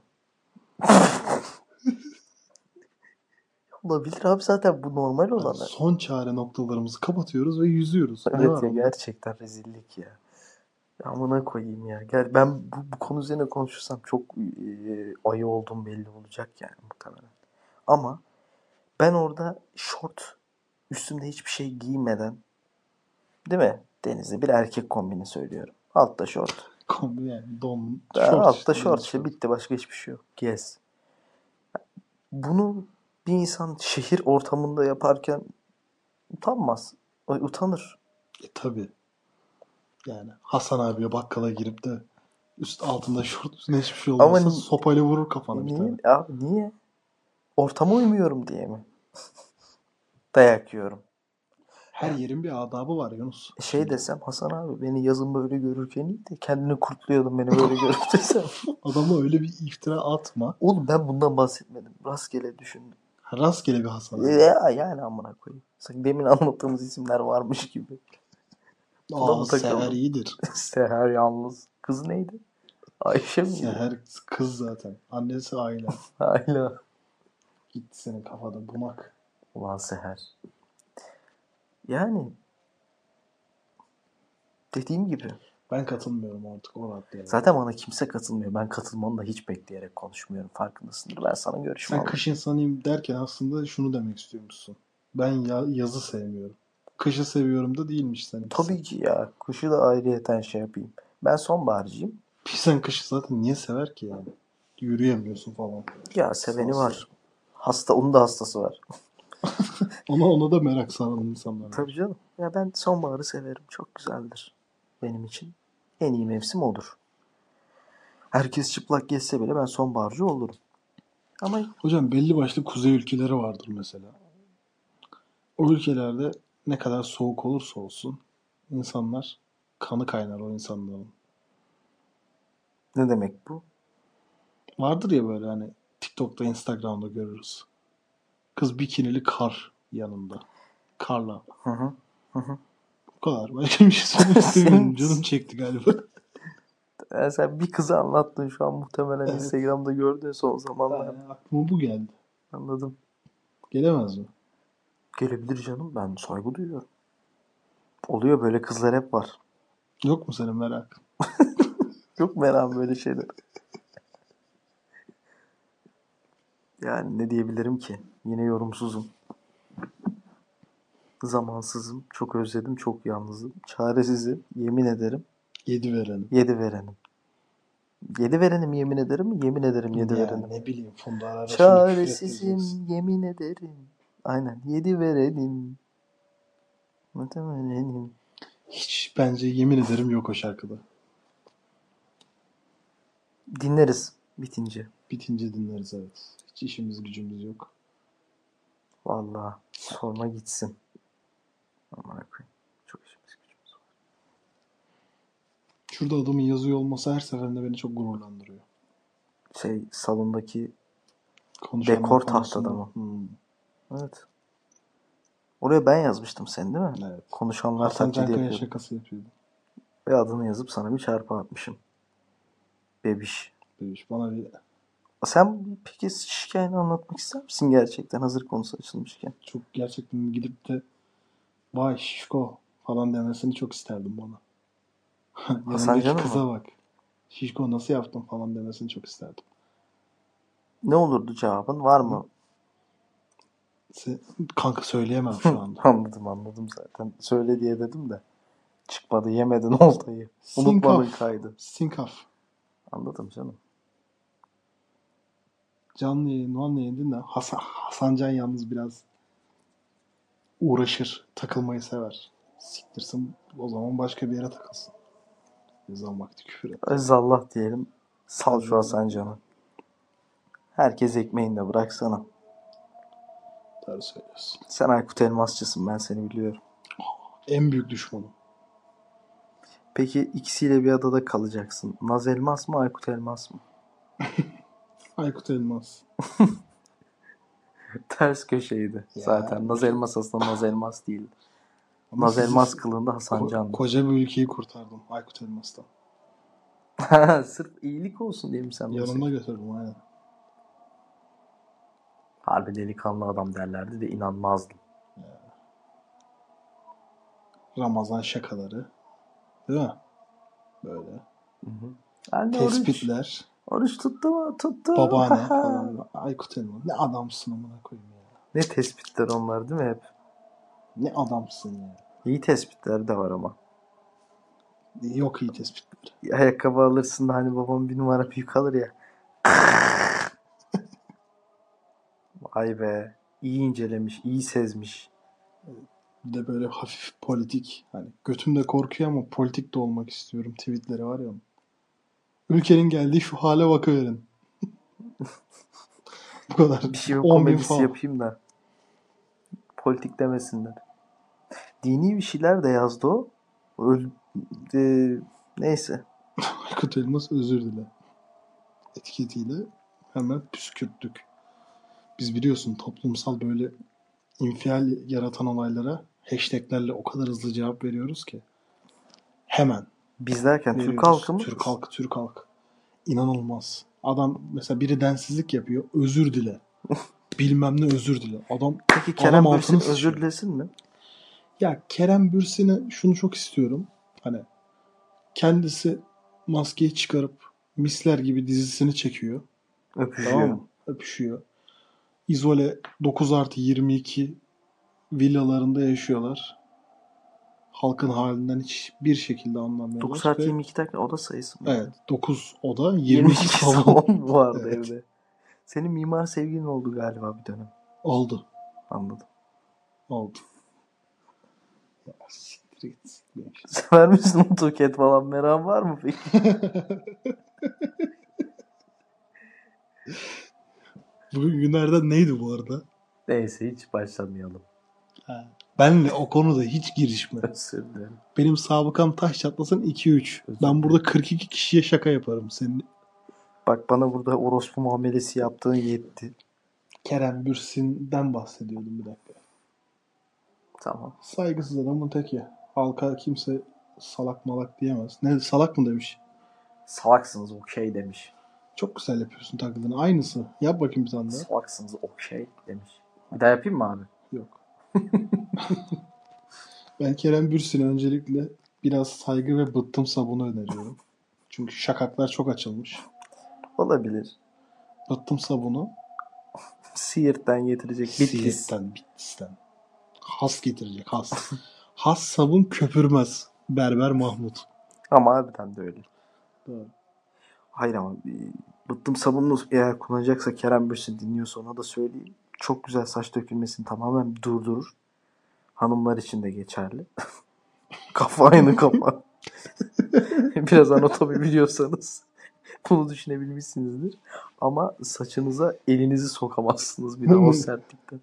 S1: Olabilir abi zaten bu normal
S2: Yani
S1: olanlar.
S2: son çare noktalarımızı kapatıyoruz ve yüzüyoruz. Ne
S1: Evet
S2: var
S1: ya
S2: bunda?
S1: gerçekten rezillik ya. Amına koyayım ya. Gel ben bu, bu konu üzerine konuşursam çok e, ayı olduğum belli olacak yani muhtemelen. Ama ben orada şort üstümde hiçbir şey giymeden değil mi? Denizde bir erkek kombini söylüyorum. Altta şort.
S2: Kombi yani don,
S1: Ha,
S2: şort
S1: altta
S2: işte,
S1: şort
S2: don,
S1: işte bitti başka hiçbir şey yok. Yes. Bunu bir insan şehir ortamında yaparken utanmaz. Ay, utanır.
S2: E tabi. Yani Hasan abiye bakkala girip de Üst altında şort üstüne hiçbir şey olmazsa
S1: ni-
S2: sopayla vurur kafana bir
S1: Niye?
S2: tane.
S1: Abi niye? Ortama uymuyorum diye mi? Dayak yiyorum.
S2: Her yerin bir adabı var Yunus.
S1: Şey desem Hasan abi beni yazın böyle görürken iyi de kendini kurtluyordun beni böyle görüp desem.
S2: Adama öyle bir iftira atma.
S1: Oğlum ben bundan bahsetmedim. Rastgele düşündüm.
S2: Ha, Rastgele bir Hasan abi.
S1: Ya yani amına koyayım. Sanki demin anlattığımız isimler varmış gibi.
S2: Aa,
S1: mı takıldın?
S2: Seher iyidir.
S1: Seher yalnız. Kız neydi? Ayşe mi?
S2: Seher kız zaten. Annesi aile.
S1: Hala.
S2: Gitti senin kafada bunak.
S1: Ulan Seher. Yani dediğim gibi
S2: Ben katılmıyorum artık o raddeye.
S1: zaten bana kimse katılmıyor. Ben katılmanı da hiç bekleyerek konuşmuyorum. Farkındasındır. Ben sana görüşme
S2: Sen
S1: alayım.
S2: kış insanıyım derken aslında şunu demek istiyormuşsun. Ben ya- yazı sevmiyorum. Kışı seviyorum da değilmiş senin.
S1: Tabii ki ya. Kışı da ayrıyeten şey yapayım. Ben sonbaharcıyım.
S2: Pis sen kışı zaten niye sever ki yani? Yürüyemiyorsun falan.
S1: Ya seveni
S2: Sağ ol.
S1: var. Hasta, onun da hastası var.
S2: Ama ona da merak saran insanlar. var.
S1: Tabii canım. Ya ben sonbaharı severim. Çok güzeldir. Benim için en iyi mevsim odur. Herkes çıplak gezse bile ben sonbaharcı olurum. Ama
S2: Hocam belli başlı kuzey ülkeleri vardır mesela. O ülkelerde ne kadar soğuk olursa olsun insanlar kanı kaynar o insanların.
S1: ne demek bu?
S2: Vardır ya böyle hani TikTok'ta, Instagram'da görürüz. Kız bikinili kar yanında. Karla.
S1: Hı hı.
S2: Bu kadar. Başka bir şey söylemek istemiyorum. Canım çekti galiba.
S1: Yani Ee, sen bir kızı anlattın şu an muhtemelen
S2: Evet.
S1: Instagram'da gördün son zamanlarda.
S2: Yani aklıma bu geldi.
S1: Anladım.
S2: Gelemez mi?
S1: Gelebilir canım ben saygı duyuyorum. Oluyor böyle kızlar hep var.
S2: Yok mu senin merak?
S1: Yok mu Eren böyle şeyler? Yani ne diyebilirim ki? Yine yorumsuzum. Zamansızım. Çok özledim. Çok yalnızım. Çaresizim. Yemin ederim.
S2: Yedi verelim.
S1: Yedi verenim. Yedi verenim yemin ederim mi? Yemin ederim yedi
S2: Ya
S1: verenim.
S2: Ne bileyim Funda Arar'a şimdi küfür etmeyeceksin.
S1: Çaresizim yemin ederim. Aynen. Yedi verelim. Muhtemelen.
S2: Hiç bence yemin ederim yok o şarkıda.
S1: Dinleriz bitince.
S2: Bitince dinleriz evet. Hiç işimiz gücümüz yok.
S1: Vallahi sorma gitsin. Aman koyayım. Çok işimiz gücümüz var.
S2: Şurada adamın yazıyor olması her seferinde beni çok gururlandırıyor.
S1: Şey salondaki
S2: Konuşanlar
S1: Dekor
S2: konusunda-
S1: tahtada mı?
S2: Hmm,
S1: evet. Oraya ben yazmıştım seni değil mi? şey
S2: evet.
S1: Konuşanlar
S2: Hasan
S1: taklidi
S2: Cankaya
S1: yapıyordum.
S2: şakası yapıyordu.
S1: Ve adını yazıp sana bir çarpı atmışım. Bebiş.
S2: Demiş bana bir
S1: Sen peki şikayeni anlatmak ister misin gerçekten hazır konusu açılmışken?
S2: çok gerçekten gidip de vay şişko falan demesini çok isterdim bana.
S1: Hasan
S2: Yanındaki
S1: Can'ın mı?
S2: kıza bak. Şişko nasıl yaptın falan demesini çok isterdim.
S1: Ne olurdu cevabın? Var mı?
S2: Se- Kanka söyleyemem şu anda.
S1: Anladım anladım zaten. Söyle diye dedim de. Çıkmadı yemedin oltayı. Unutmadın
S2: Sinkaf.
S1: kaydı.
S2: Sinkaf.
S1: Anladım canım.
S2: Canlı yayın, canlı yayın dinle. Hasan, Hasan Can yalnız biraz uğraşır. Takılmayı sever. Siktirsin. O zaman başka bir yere takılsın. Ezan vakti küfür et.
S1: Özallah diyelim. Sal şu Hasan Can'ı. Herkes ekmeğini de bıraksana.
S2: Doğru söylüyorsun.
S1: Sen Aykut Elmasçısın ben seni biliyorum.
S2: En büyük düşmanım.
S1: Peki ikisiyle bir adada kalacaksın. Naz Elmas mı Aykut Elmas mı?
S2: Aykut Elmas.
S1: Ters köşeydi
S2: Ya.
S1: zaten. Naz Elmas aslında Naz Elmas değil.
S2: Ama
S1: Naz
S2: sizi-
S1: Elmas kılığında Hasan
S2: ko-
S1: Can.
S2: koca bir ülkeyi kurtardım Aykut Elmas'tan.
S1: Sırf iyilik olsun diye mi sen nasıl?
S2: Yanımda götürdüm aynen.
S1: Harbi delikanlı adam derlerdi de inanmazdım.
S2: Ramazan şakaları. Değil mi? Böyle.
S1: Anne oruç.
S2: Tespitler.
S1: Oruç tuttu mu? Tuttu.
S2: Babaanne falan. Aykut Elmas. Ne adamsın amına koyayım ya.
S1: ne tespitler onlar değil mi hep?
S2: Ne adamsın ya.
S1: İyi tespitler de var ama.
S2: Yok iyi tespitler.
S1: Ayakkabı alırsın da hani babam bir numara büyük alır ya. Vay be. İyi incelemiş, iyi sezmiş.
S2: Bir de böyle hafif politik. Hani götümde korkuyor ama politik de olmak istiyorum. Tweetleri var ya. Ülkenin geldiği şu hale bakıverin. Bu kadar.
S1: Bir şey
S2: 10 bin
S1: komedisi
S2: falan.
S1: yapayım da. Politik demesinler. Dini bir şeyler de yazdı o. Öl- e, neyse.
S2: Aykut Elmas özür dile. Etiketiyle hemen püskürttük. Biz biliyorsun toplumsal böyle infial yaratan olaylara hashtaglerle o kadar hızlı cevap veriyoruz ki. Hemen
S1: Biz derken Türk
S2: veriyoruz.
S1: halkı mı?
S2: Türk halkı, Türk halkı. İnanılmaz. Adam mesela biri densizlik yapıyor. Özür dile. Bilmem ne özür dile. Adam
S1: Peki Kerem
S2: Adam
S1: Bürsin
S2: altını
S1: özür
S2: sıçıyor.
S1: dilesin mi?
S2: ya Kerem Bürsin'e şunu çok istiyorum. Hani kendisi maskeyi çıkarıp Misler gibi dizisini çekiyor.
S1: Öpüşüyor.
S2: Tamam mı? Öpüşüyor. İzole 9 artı 22 villalarında yaşıyorlar. Halkın halinden hiçbir şekilde anlamıyorlar.
S1: 9 saat
S2: Ve-
S1: 22 dakika o da sayısı mı?
S2: Evet 9 oda 22,
S1: 22
S2: salon.
S1: salon vardı
S2: Evet.
S1: evde. Senin mimar sevgilin oldu galiba bir dönem.
S2: Oldu.
S1: Anladım.
S2: Oldu. Ya siktir git. siktir git.
S1: Sever misin AutoCAD falan merak var mı peki?
S2: Bugün günlerden neydi bu arada?
S1: Neyse hiç başlamayalım.
S2: Ha. Benle o konuda hiç girişme.
S1: Özür dilerim.
S2: Benim sabıkam taş çatlasın 2-3. Ben burada 42 kişiye şaka yaparım. Senin
S1: Bak bana burada orospu muamelesi yaptığın yetti.
S2: Kerem Bürsin'den bahsediyordum bir dakika.
S1: Tamam.
S2: Saygısız adamın teki. Halka kimse salak malak diyemez. Ne salak mı demiş?
S1: Salaksınız okey demiş.
S2: Çok güzel yapıyorsun taklidini. Aynısı. Yap bakayım bir tane daha.
S1: Salaksınız okey demiş. Bir daha yapayım mı abi?
S2: Yok. ben Kerem Bürsin'e öncelikle biraz saygı ve bıttım sabunu öneriyorum. Çünkü şakaklar çok açılmış.
S1: Olabilir.
S2: Bıttım sabunu
S1: Siirt'ten getirecek. Bitlis.
S2: Siirt'ten, Bitlis'ten. Has getirecek, has. has sabun köpürmez. Berber Mahmut.
S1: Ama harbiden de öyle.
S2: Doğru.
S1: Hayır ama e, bıttım sabununu eğer kullanacaksa Kerem Bürsin dinliyorsa ona da söyleyeyim. Çok güzel saç dökülmesini tamamen durdurur. Hanımlar için de geçerli. kafa aynı kafa. Biraz anatomi biliyorsanız bunu düşünebilmişsinizdir. Ama saçınıza elinizi sokamazsınız bir de o sertlikte.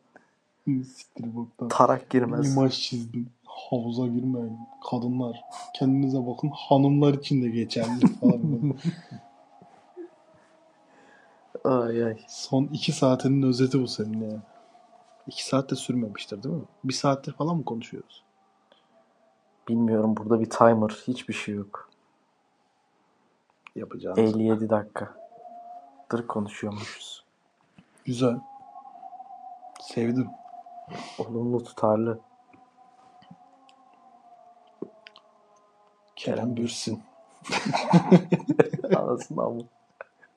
S2: Hı, Siktir boktan.
S1: Tarak girmez.
S2: İmaj çizdim. Havuza girmeyin. Kadınlar. Kendinize bakın. Hanımlar için de geçerli falan. böyle.
S1: Ay ay.
S2: Son iki saatinin özeti bu senin yani. İki saat de sürmemiştir değil mi? Bir saattir falan mı konuşuyoruz?
S1: Bilmiyorum burada bir timer. Hiçbir şey yok.
S2: Yapacağız.
S1: 57 dakika. Dır konuşuyormuşuz.
S2: Güzel. Sevdim.
S1: Olumlu tutarlı.
S2: Kerem Bürsin.
S1: Anasını ama.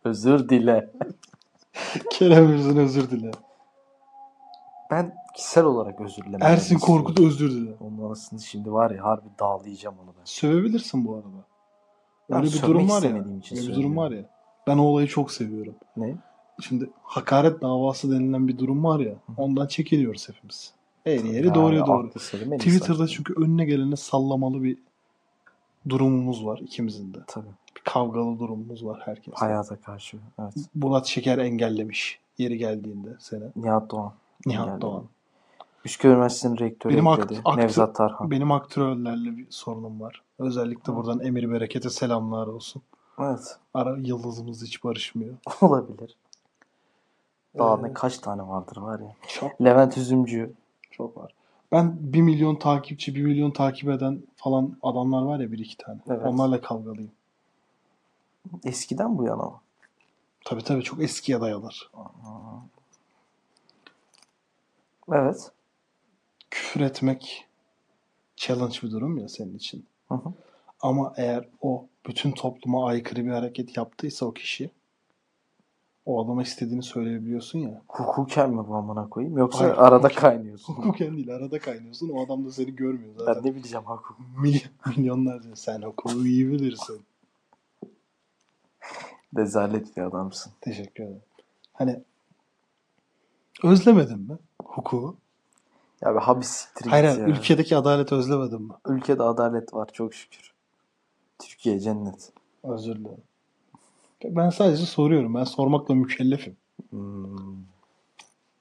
S1: Özür dile.
S2: Kerem Bürsin özür dile.
S1: Ben kişisel olarak özür dilemek
S2: Ersin Korkut özür dile.
S1: Onun anasını şimdi var ya harbi dağlayacağım onu ben.
S2: Sövebilirsin bu arada.
S1: Ya
S2: Öyle bir
S1: sövmek
S2: durum var ya.
S1: istemediğim için
S2: Öyle bir
S1: söylüyorum.
S2: durum var ya. Ben o olayı çok seviyorum.
S1: Ne?
S2: Şimdi hakaret davası denilen bir durum var ya. Ondan çekiliyoruz hepimiz. Eğri
S1: Ya,
S2: eğri doğruya doğru.
S1: aklı selim en insan.
S2: Twitter'da çünkü önüne gelene sallamalı bir durumumuz var ikimizin de.
S1: Tabii.
S2: Bir kavgalı durumumuz var herkes.
S1: Hayata karşı. Evet.
S2: Murat Şeker engellemiş yeri geldiğinde seni.
S1: Nihat Doğan.
S2: Nihat
S1: Engelledi.
S2: Doğan.
S1: Üsküdar Üniversitesi'nin rektörü
S2: Benim ak-
S1: ekledi.
S2: aktı-
S1: Nevzat Tarhan.
S2: Benim aktörlerle bir sorunum var. Özellikle
S1: Hı.
S2: buradan Emir Bereket'e selamlar olsun.
S1: Evet.
S2: Ara yıldızımız hiç barışmıyor.
S1: Olabilir. Daha
S2: Ee,
S1: ne kaç tane vardır var ya.
S2: Çok
S1: Levent Üzümcü.
S2: çok var. Ben 1 milyon takipçi, 1 milyon takip eden falan adamlar var ya bir iki tane.
S1: Evet.
S2: Onlarla kavgalıyım.
S1: Eskiden bu yana mı?
S2: Tabii tabii çok eskiye dayalar.
S1: Evet.
S2: Küfür etmek challenge bir durum ya senin için.
S1: Hı hı.
S2: Ama eğer o bütün topluma aykırı bir hareket yaptıysa o kişi o adama istediğini söyleyebiliyorsun ya.
S1: Hukuken mi bu amına koyayım? Yoksa
S2: Hayır,
S1: arada
S2: hukuken.
S1: kaynıyorsun.
S2: Hukuken değil arada kaynıyorsun. O adam da seni görmüyor zaten.
S1: Ben ne bileceğim hukuk.
S2: Milyon, milyonlarca sen hukuku iyi bilirsin.
S1: Rezalet bir adamsın.
S2: Teşekkür ederim. Hani özlemedin mi hukuku?
S1: Ya bir habis siktir git
S2: Hayır
S1: ya.
S2: hayır, ülkedeki adaleti özlemedin mi?
S1: Ülkede adalet var çok şükür. Türkiye cennet.
S2: Özür dilerim. Ben sadece soruyorum. Ben sormakla mükellefim.
S1: Hmm.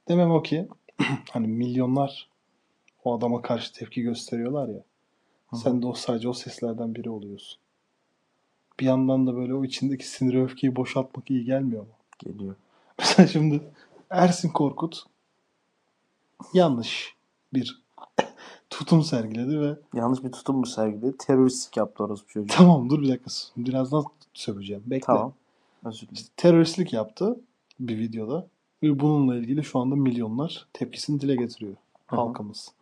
S2: Demem o ki hani milyonlar o adama karşı tepki gösteriyorlar ya.
S1: hı.
S2: Sen de o sadece o seslerden biri oluyorsun. Bir yandan da böyle o içindeki siniri öfkeyi boşaltmak iyi gelmiyor mu?
S1: Geliyor.
S2: Mesela şimdi Ersin Korkut yanlış bir tutum sergiledi ve
S1: Yanlış bir tutum mu sergiledi? Teröristlik yaptı orası bir çocuğu.
S2: tamam dur bir dakika birazdan söveceğim. Bekle.
S1: Tamam. Özür dilerim.
S2: İşte teröristlik yaptı bir videoda ve bununla ilgili şu anda milyonlar tepkisini dile getiriyor
S1: Hı hı.
S2: halkımız.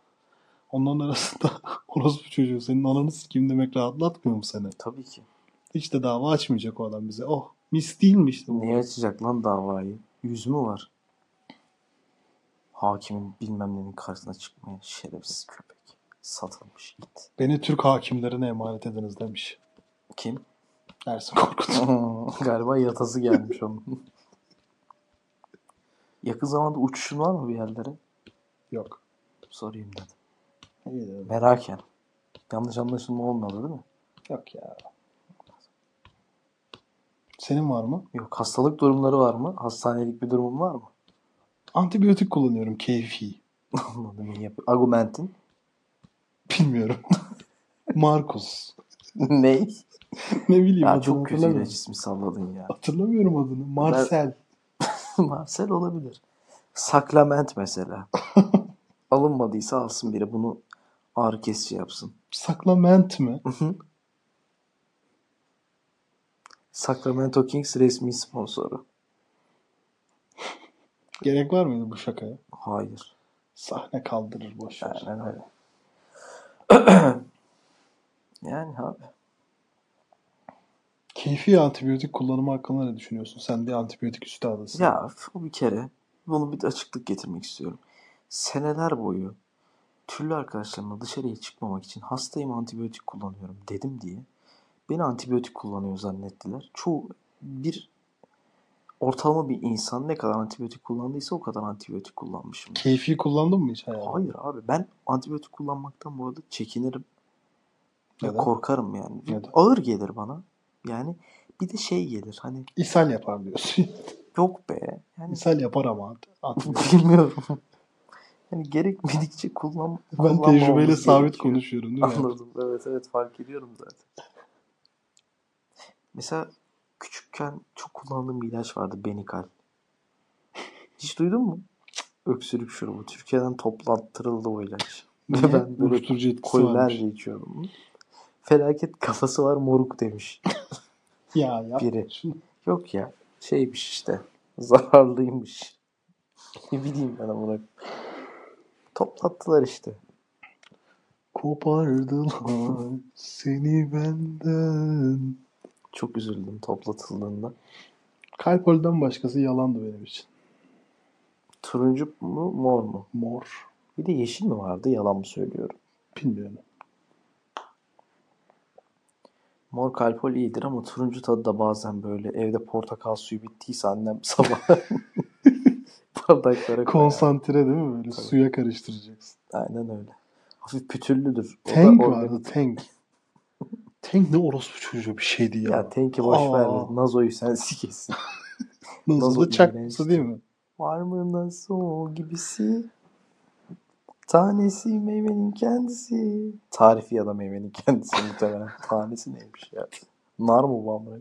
S2: Onların arasında orospu çocuğu senin ananı kim demek rahatlatmıyor mu seni?
S1: Tabii ki.
S2: Hiç de dava açmayacak o adam bize. Oh mis değil mi işte bu?
S1: Niye açacak lan davayı? Yüz mü var? Hakimin bilmem nenin karşısına çıkmaya şerefsiz köpek. Satılmış it.
S2: Beni Türk hakimlerine emanet ediniz demiş
S1: Kim?
S2: Ersin Korkut.
S1: Galiba yatası gelmiş onun. Yakın zamanda uçuşun var mı bir yerlere?
S2: Yok.
S1: Sorayım dedim.
S2: İyi de-
S1: Meraken. Yanlış anlaşılma olmadı değil mi?
S2: Yok ya. Senin var mı?
S1: Yok. Hastalık durumları var mı? Hastanelik bir durumun var mı?
S2: Antibiyotik kullanıyorum keyfi.
S1: Anladım. iyi yap- Argumentin.
S2: Bilmiyorum. Markus.
S1: ne?
S2: Ne bileyim
S1: Ya
S2: adını
S1: çok kötü
S2: hatırlamıyorum.
S1: ilaç ismi salladın ya. Hatırlamıyorum
S2: Hatırlamıyorum adını. Marcel.
S1: Marcel olabilir. Saklament mesela. Alınmadıysa alsın biri. Bunu ağrı kesici yapsın.
S2: Saklament mi?
S1: Sacramento Kings resmi sponsoru.
S2: Gerek var mıydı bu şakaya?
S1: Hayır.
S2: Sahne kaldırır boş ver.
S1: Aynen öyle. Yani abi.
S2: Keyfi antibiyotik kullanımı hakkında ne düşünüyorsun? Sen bir antibiyotik üstadısın.
S1: Ya bu bir kere bunu bir de açıklık getirmek istiyorum. Seneler boyu türlü arkadaşlarımla dışarıya çıkmamak için hastayım antibiyotik kullanıyorum dedim diye beni antibiyotik kullanıyor zannettiler. Çoğu bir ortalama bir insan ne kadar antibiyotik kullandıysa o kadar antibiyotik kullanmışım.
S2: Keyfi kullandın mı hiç hayatında?
S1: Hayır abi ben antibiyotik kullanmaktan bu arada çekinirim. ve
S2: Neden?
S1: korkarım yani.
S2: Neden?
S1: Ağır gelir bana. Yani bir de şey gelir hani
S2: İshal yapar diyorsun.
S1: yok be. Yani
S2: İshal yapar ama ant- antibiyotik.
S1: Bilmiyorum. Yani gerekmedikçe kullan
S2: ben
S1: kullanmamamız
S2: tecrübeyle sabit
S1: gerekiyor.
S2: konuşuyorum değil mi?
S1: Anladım. Evet evet fark ediyorum zaten. Mesela küçükken çok kullandığım bir ilaç vardı Benikal. Hiç duydun mu? Öksürük şurubu. Türkiye'den toplattırıldı o ilaç. Ve
S2: Niye?
S1: ben böyle
S2: Uyuşturucu etkisi varmış.
S1: koylarca içiyordum. Felaket kafası var moruk demiş.
S2: Ya yap.
S1: Biri.
S2: Şunu.
S1: Yok ya şeymiş işte zararlıymış. ne bileyim ben amına. Toplattılar işte.
S2: Kopardılar seni benden.
S1: Çok üzüldüm toplatıldığında.
S2: Kalp ölden başkası yalandı benim için.
S1: Turuncu mu mor mu?
S2: Mor.
S1: Bir de yeşil mi vardı yalan mı söylüyorum?
S2: Bilmiyorum.
S1: Mor kalpol iyidir ama turuncu tadı da bazen böyle evde portakal suyu bittiyse annem sabah bardaklara koyar.
S2: Konsantre değil mi böyle?
S1: Tabii.
S2: Suya karıştıracaksın.
S1: Aynen öyle. Hafif pütürlüdür. O da
S2: Tank
S1: organik.
S2: vardı tank. tank ne orospu çocuğu bir şeydi ya.
S1: Ya tenki boş
S2: Aa.
S1: ver de Nazo'yu sen sikesin.
S2: Nasıl
S1: Nazo
S2: da çakması
S1: iğrençti.
S2: değil mi?
S1: Var mı nasıl o gibisi? Tanesi meyvenin kendisi. Tarifi ya da meyvenin kendisi muhtemelen. Tanesi neymiş ya? Nar mı bu amına?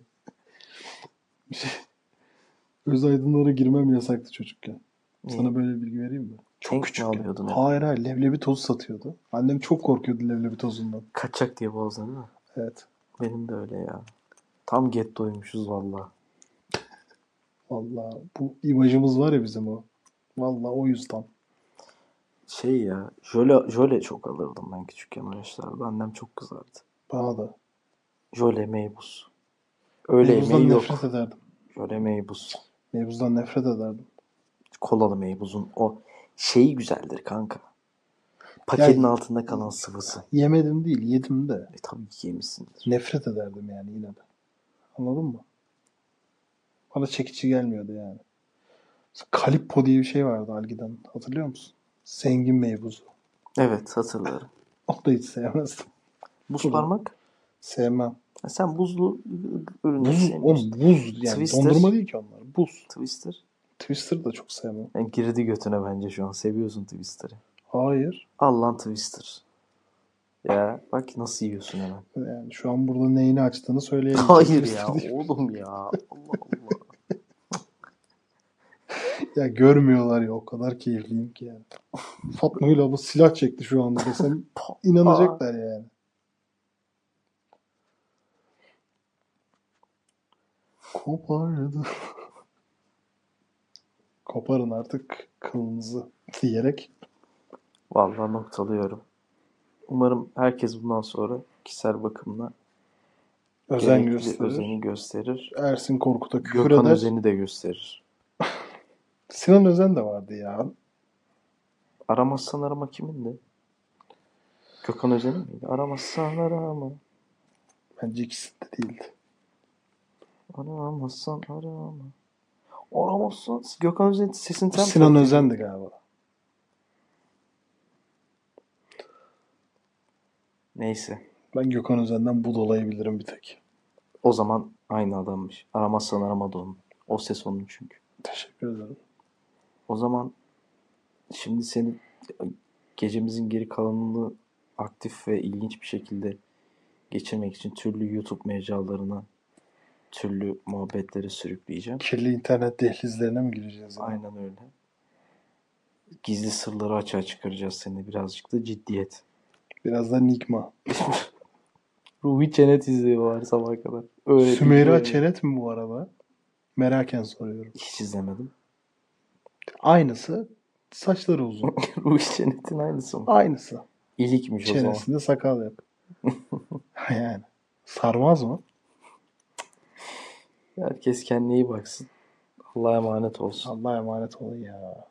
S2: Öz aydınlara girmem yasaktı çocukken.
S1: Niye?
S2: Sana böyle bilgi vereyim mi?
S1: Tank
S2: Çok
S1: mi
S2: küçükken.
S1: alıyordun hep?
S2: Hayır hayır leblebi tozu satıyordu. Annem çok korkuyordu leblebi tozundan.
S1: Kaçak diye bozdun değil mi?
S2: Evet.
S1: Benim de öyle ya. Tam gettoymuşuz valla.
S2: Valla bu imajımız var ya bizim o. Valla o yüzden.
S1: Şey ya, jöle, jöle çok alırdım ben küçükken o yaşlarda. Annem çok kızardı.
S2: Bana da.
S1: Jöle meybus. Öyle
S2: Meybuzdan
S1: yemeği yok.
S2: nefret ederdim.
S1: Jöle meybus.
S2: Meybuzdan nefret ederdim.
S1: Kolalı meybuzun o şeyi güzeldir kanka. Paketin
S2: Ya-
S1: altında kalan sıvısı.
S2: Yemedim değil yedim de.
S1: E tabii ki yemişsindir.
S2: Nefret ederdim yani yine de. Anladın mı? Bana çekici gelmiyordu yani. Kalippo diye bir şey vardı algiden. Hatırlıyor musun? Zengin meyvuzu.
S1: Evet hatırlarım.
S2: Onu da hiç sevmezdim.
S1: Buz
S2: Hı.
S1: parmak?
S2: Sevmem.
S1: Ha, sen buzlu ürünleri
S2: Buz,
S1: sevmiyorsun.
S2: oğlum buz yani
S1: Twister.
S2: dondurma değil ki onlar. Buz.
S1: Twister.
S2: Twister da çok sevmem.
S1: Yani girdi götüne bence şu an. Seviyorsun Twister'ı.
S2: Hayır.
S1: Al lan Twister. Ya bak nasıl yiyorsun hemen.
S2: Yani şu an burada neyini açtığını söyleyelim.
S1: Hayır
S2: Twister
S1: ya
S2: değil.
S1: oğlum ya. Allah Allah.
S2: Ya görmüyorlar ya o kadar keyifliyim ki yani. Fatma Gül abla silah çekti şu anda desem inanacaklar yani. Kopardı. Koparın artık kılınızı diyerek
S1: Vallahi noktalıyorum. Umarım herkes bundan sonra kişisel bakımla
S2: özen
S1: gerekli
S2: gösterir.
S1: özeni gösterir.
S2: Ersin Korkut'a küfür
S1: Gökhan
S2: eder.
S1: özeni de gösterir.
S2: Sinan Özen de vardı ya.
S1: Aramazsan arama kimindi? Gökhan Özen'i miydi? Aramazsan arama.
S2: Bence ikisinde değildi.
S1: Aramazsan arama. Aramazsan Gökhan Özen'in sesini tam
S2: Sinan Özen'di galiba.
S1: Neyse.
S2: Ben Gökhan Özen'den bu dolayı bilirim bir tek.
S1: O zaman aynı adammış. Aramazsan aramadı onu. O ses onun çünkü.
S2: Teşekkür ederim.
S1: O zaman şimdi seni gecemizin geri kalanını aktif ve ilginç bir şekilde geçirmek için türlü YouTube mecralarına türlü muhabbetlere sürükleyeceğim.
S2: Kirli internet dehlizlerine mi gireceğiz? yani?
S1: Aynen öyle. Gizli sırları açığa çıkaracağız seni birazcık da ciddiyet.
S2: Biraz da Nigma.
S1: Ruhi Çenet izliyor var sabaha kadar. Öyle
S2: Sümeyra
S1: bilmiyorum.
S2: Çenet mi bu araba? Meraken soruyorum.
S1: Hiç izlemedim.
S2: Aynısı. Saçları uzun.
S1: Ruhi Çenet'in aynısı mı?
S2: Aynısı.
S1: İlikmiş o zaman.
S2: Çenesinde sakal yok. yani. Sarmaz mı?
S1: Herkes kendine iyi baksın. Allah'a emanet olsun.
S2: Allah'a emanet olun ya.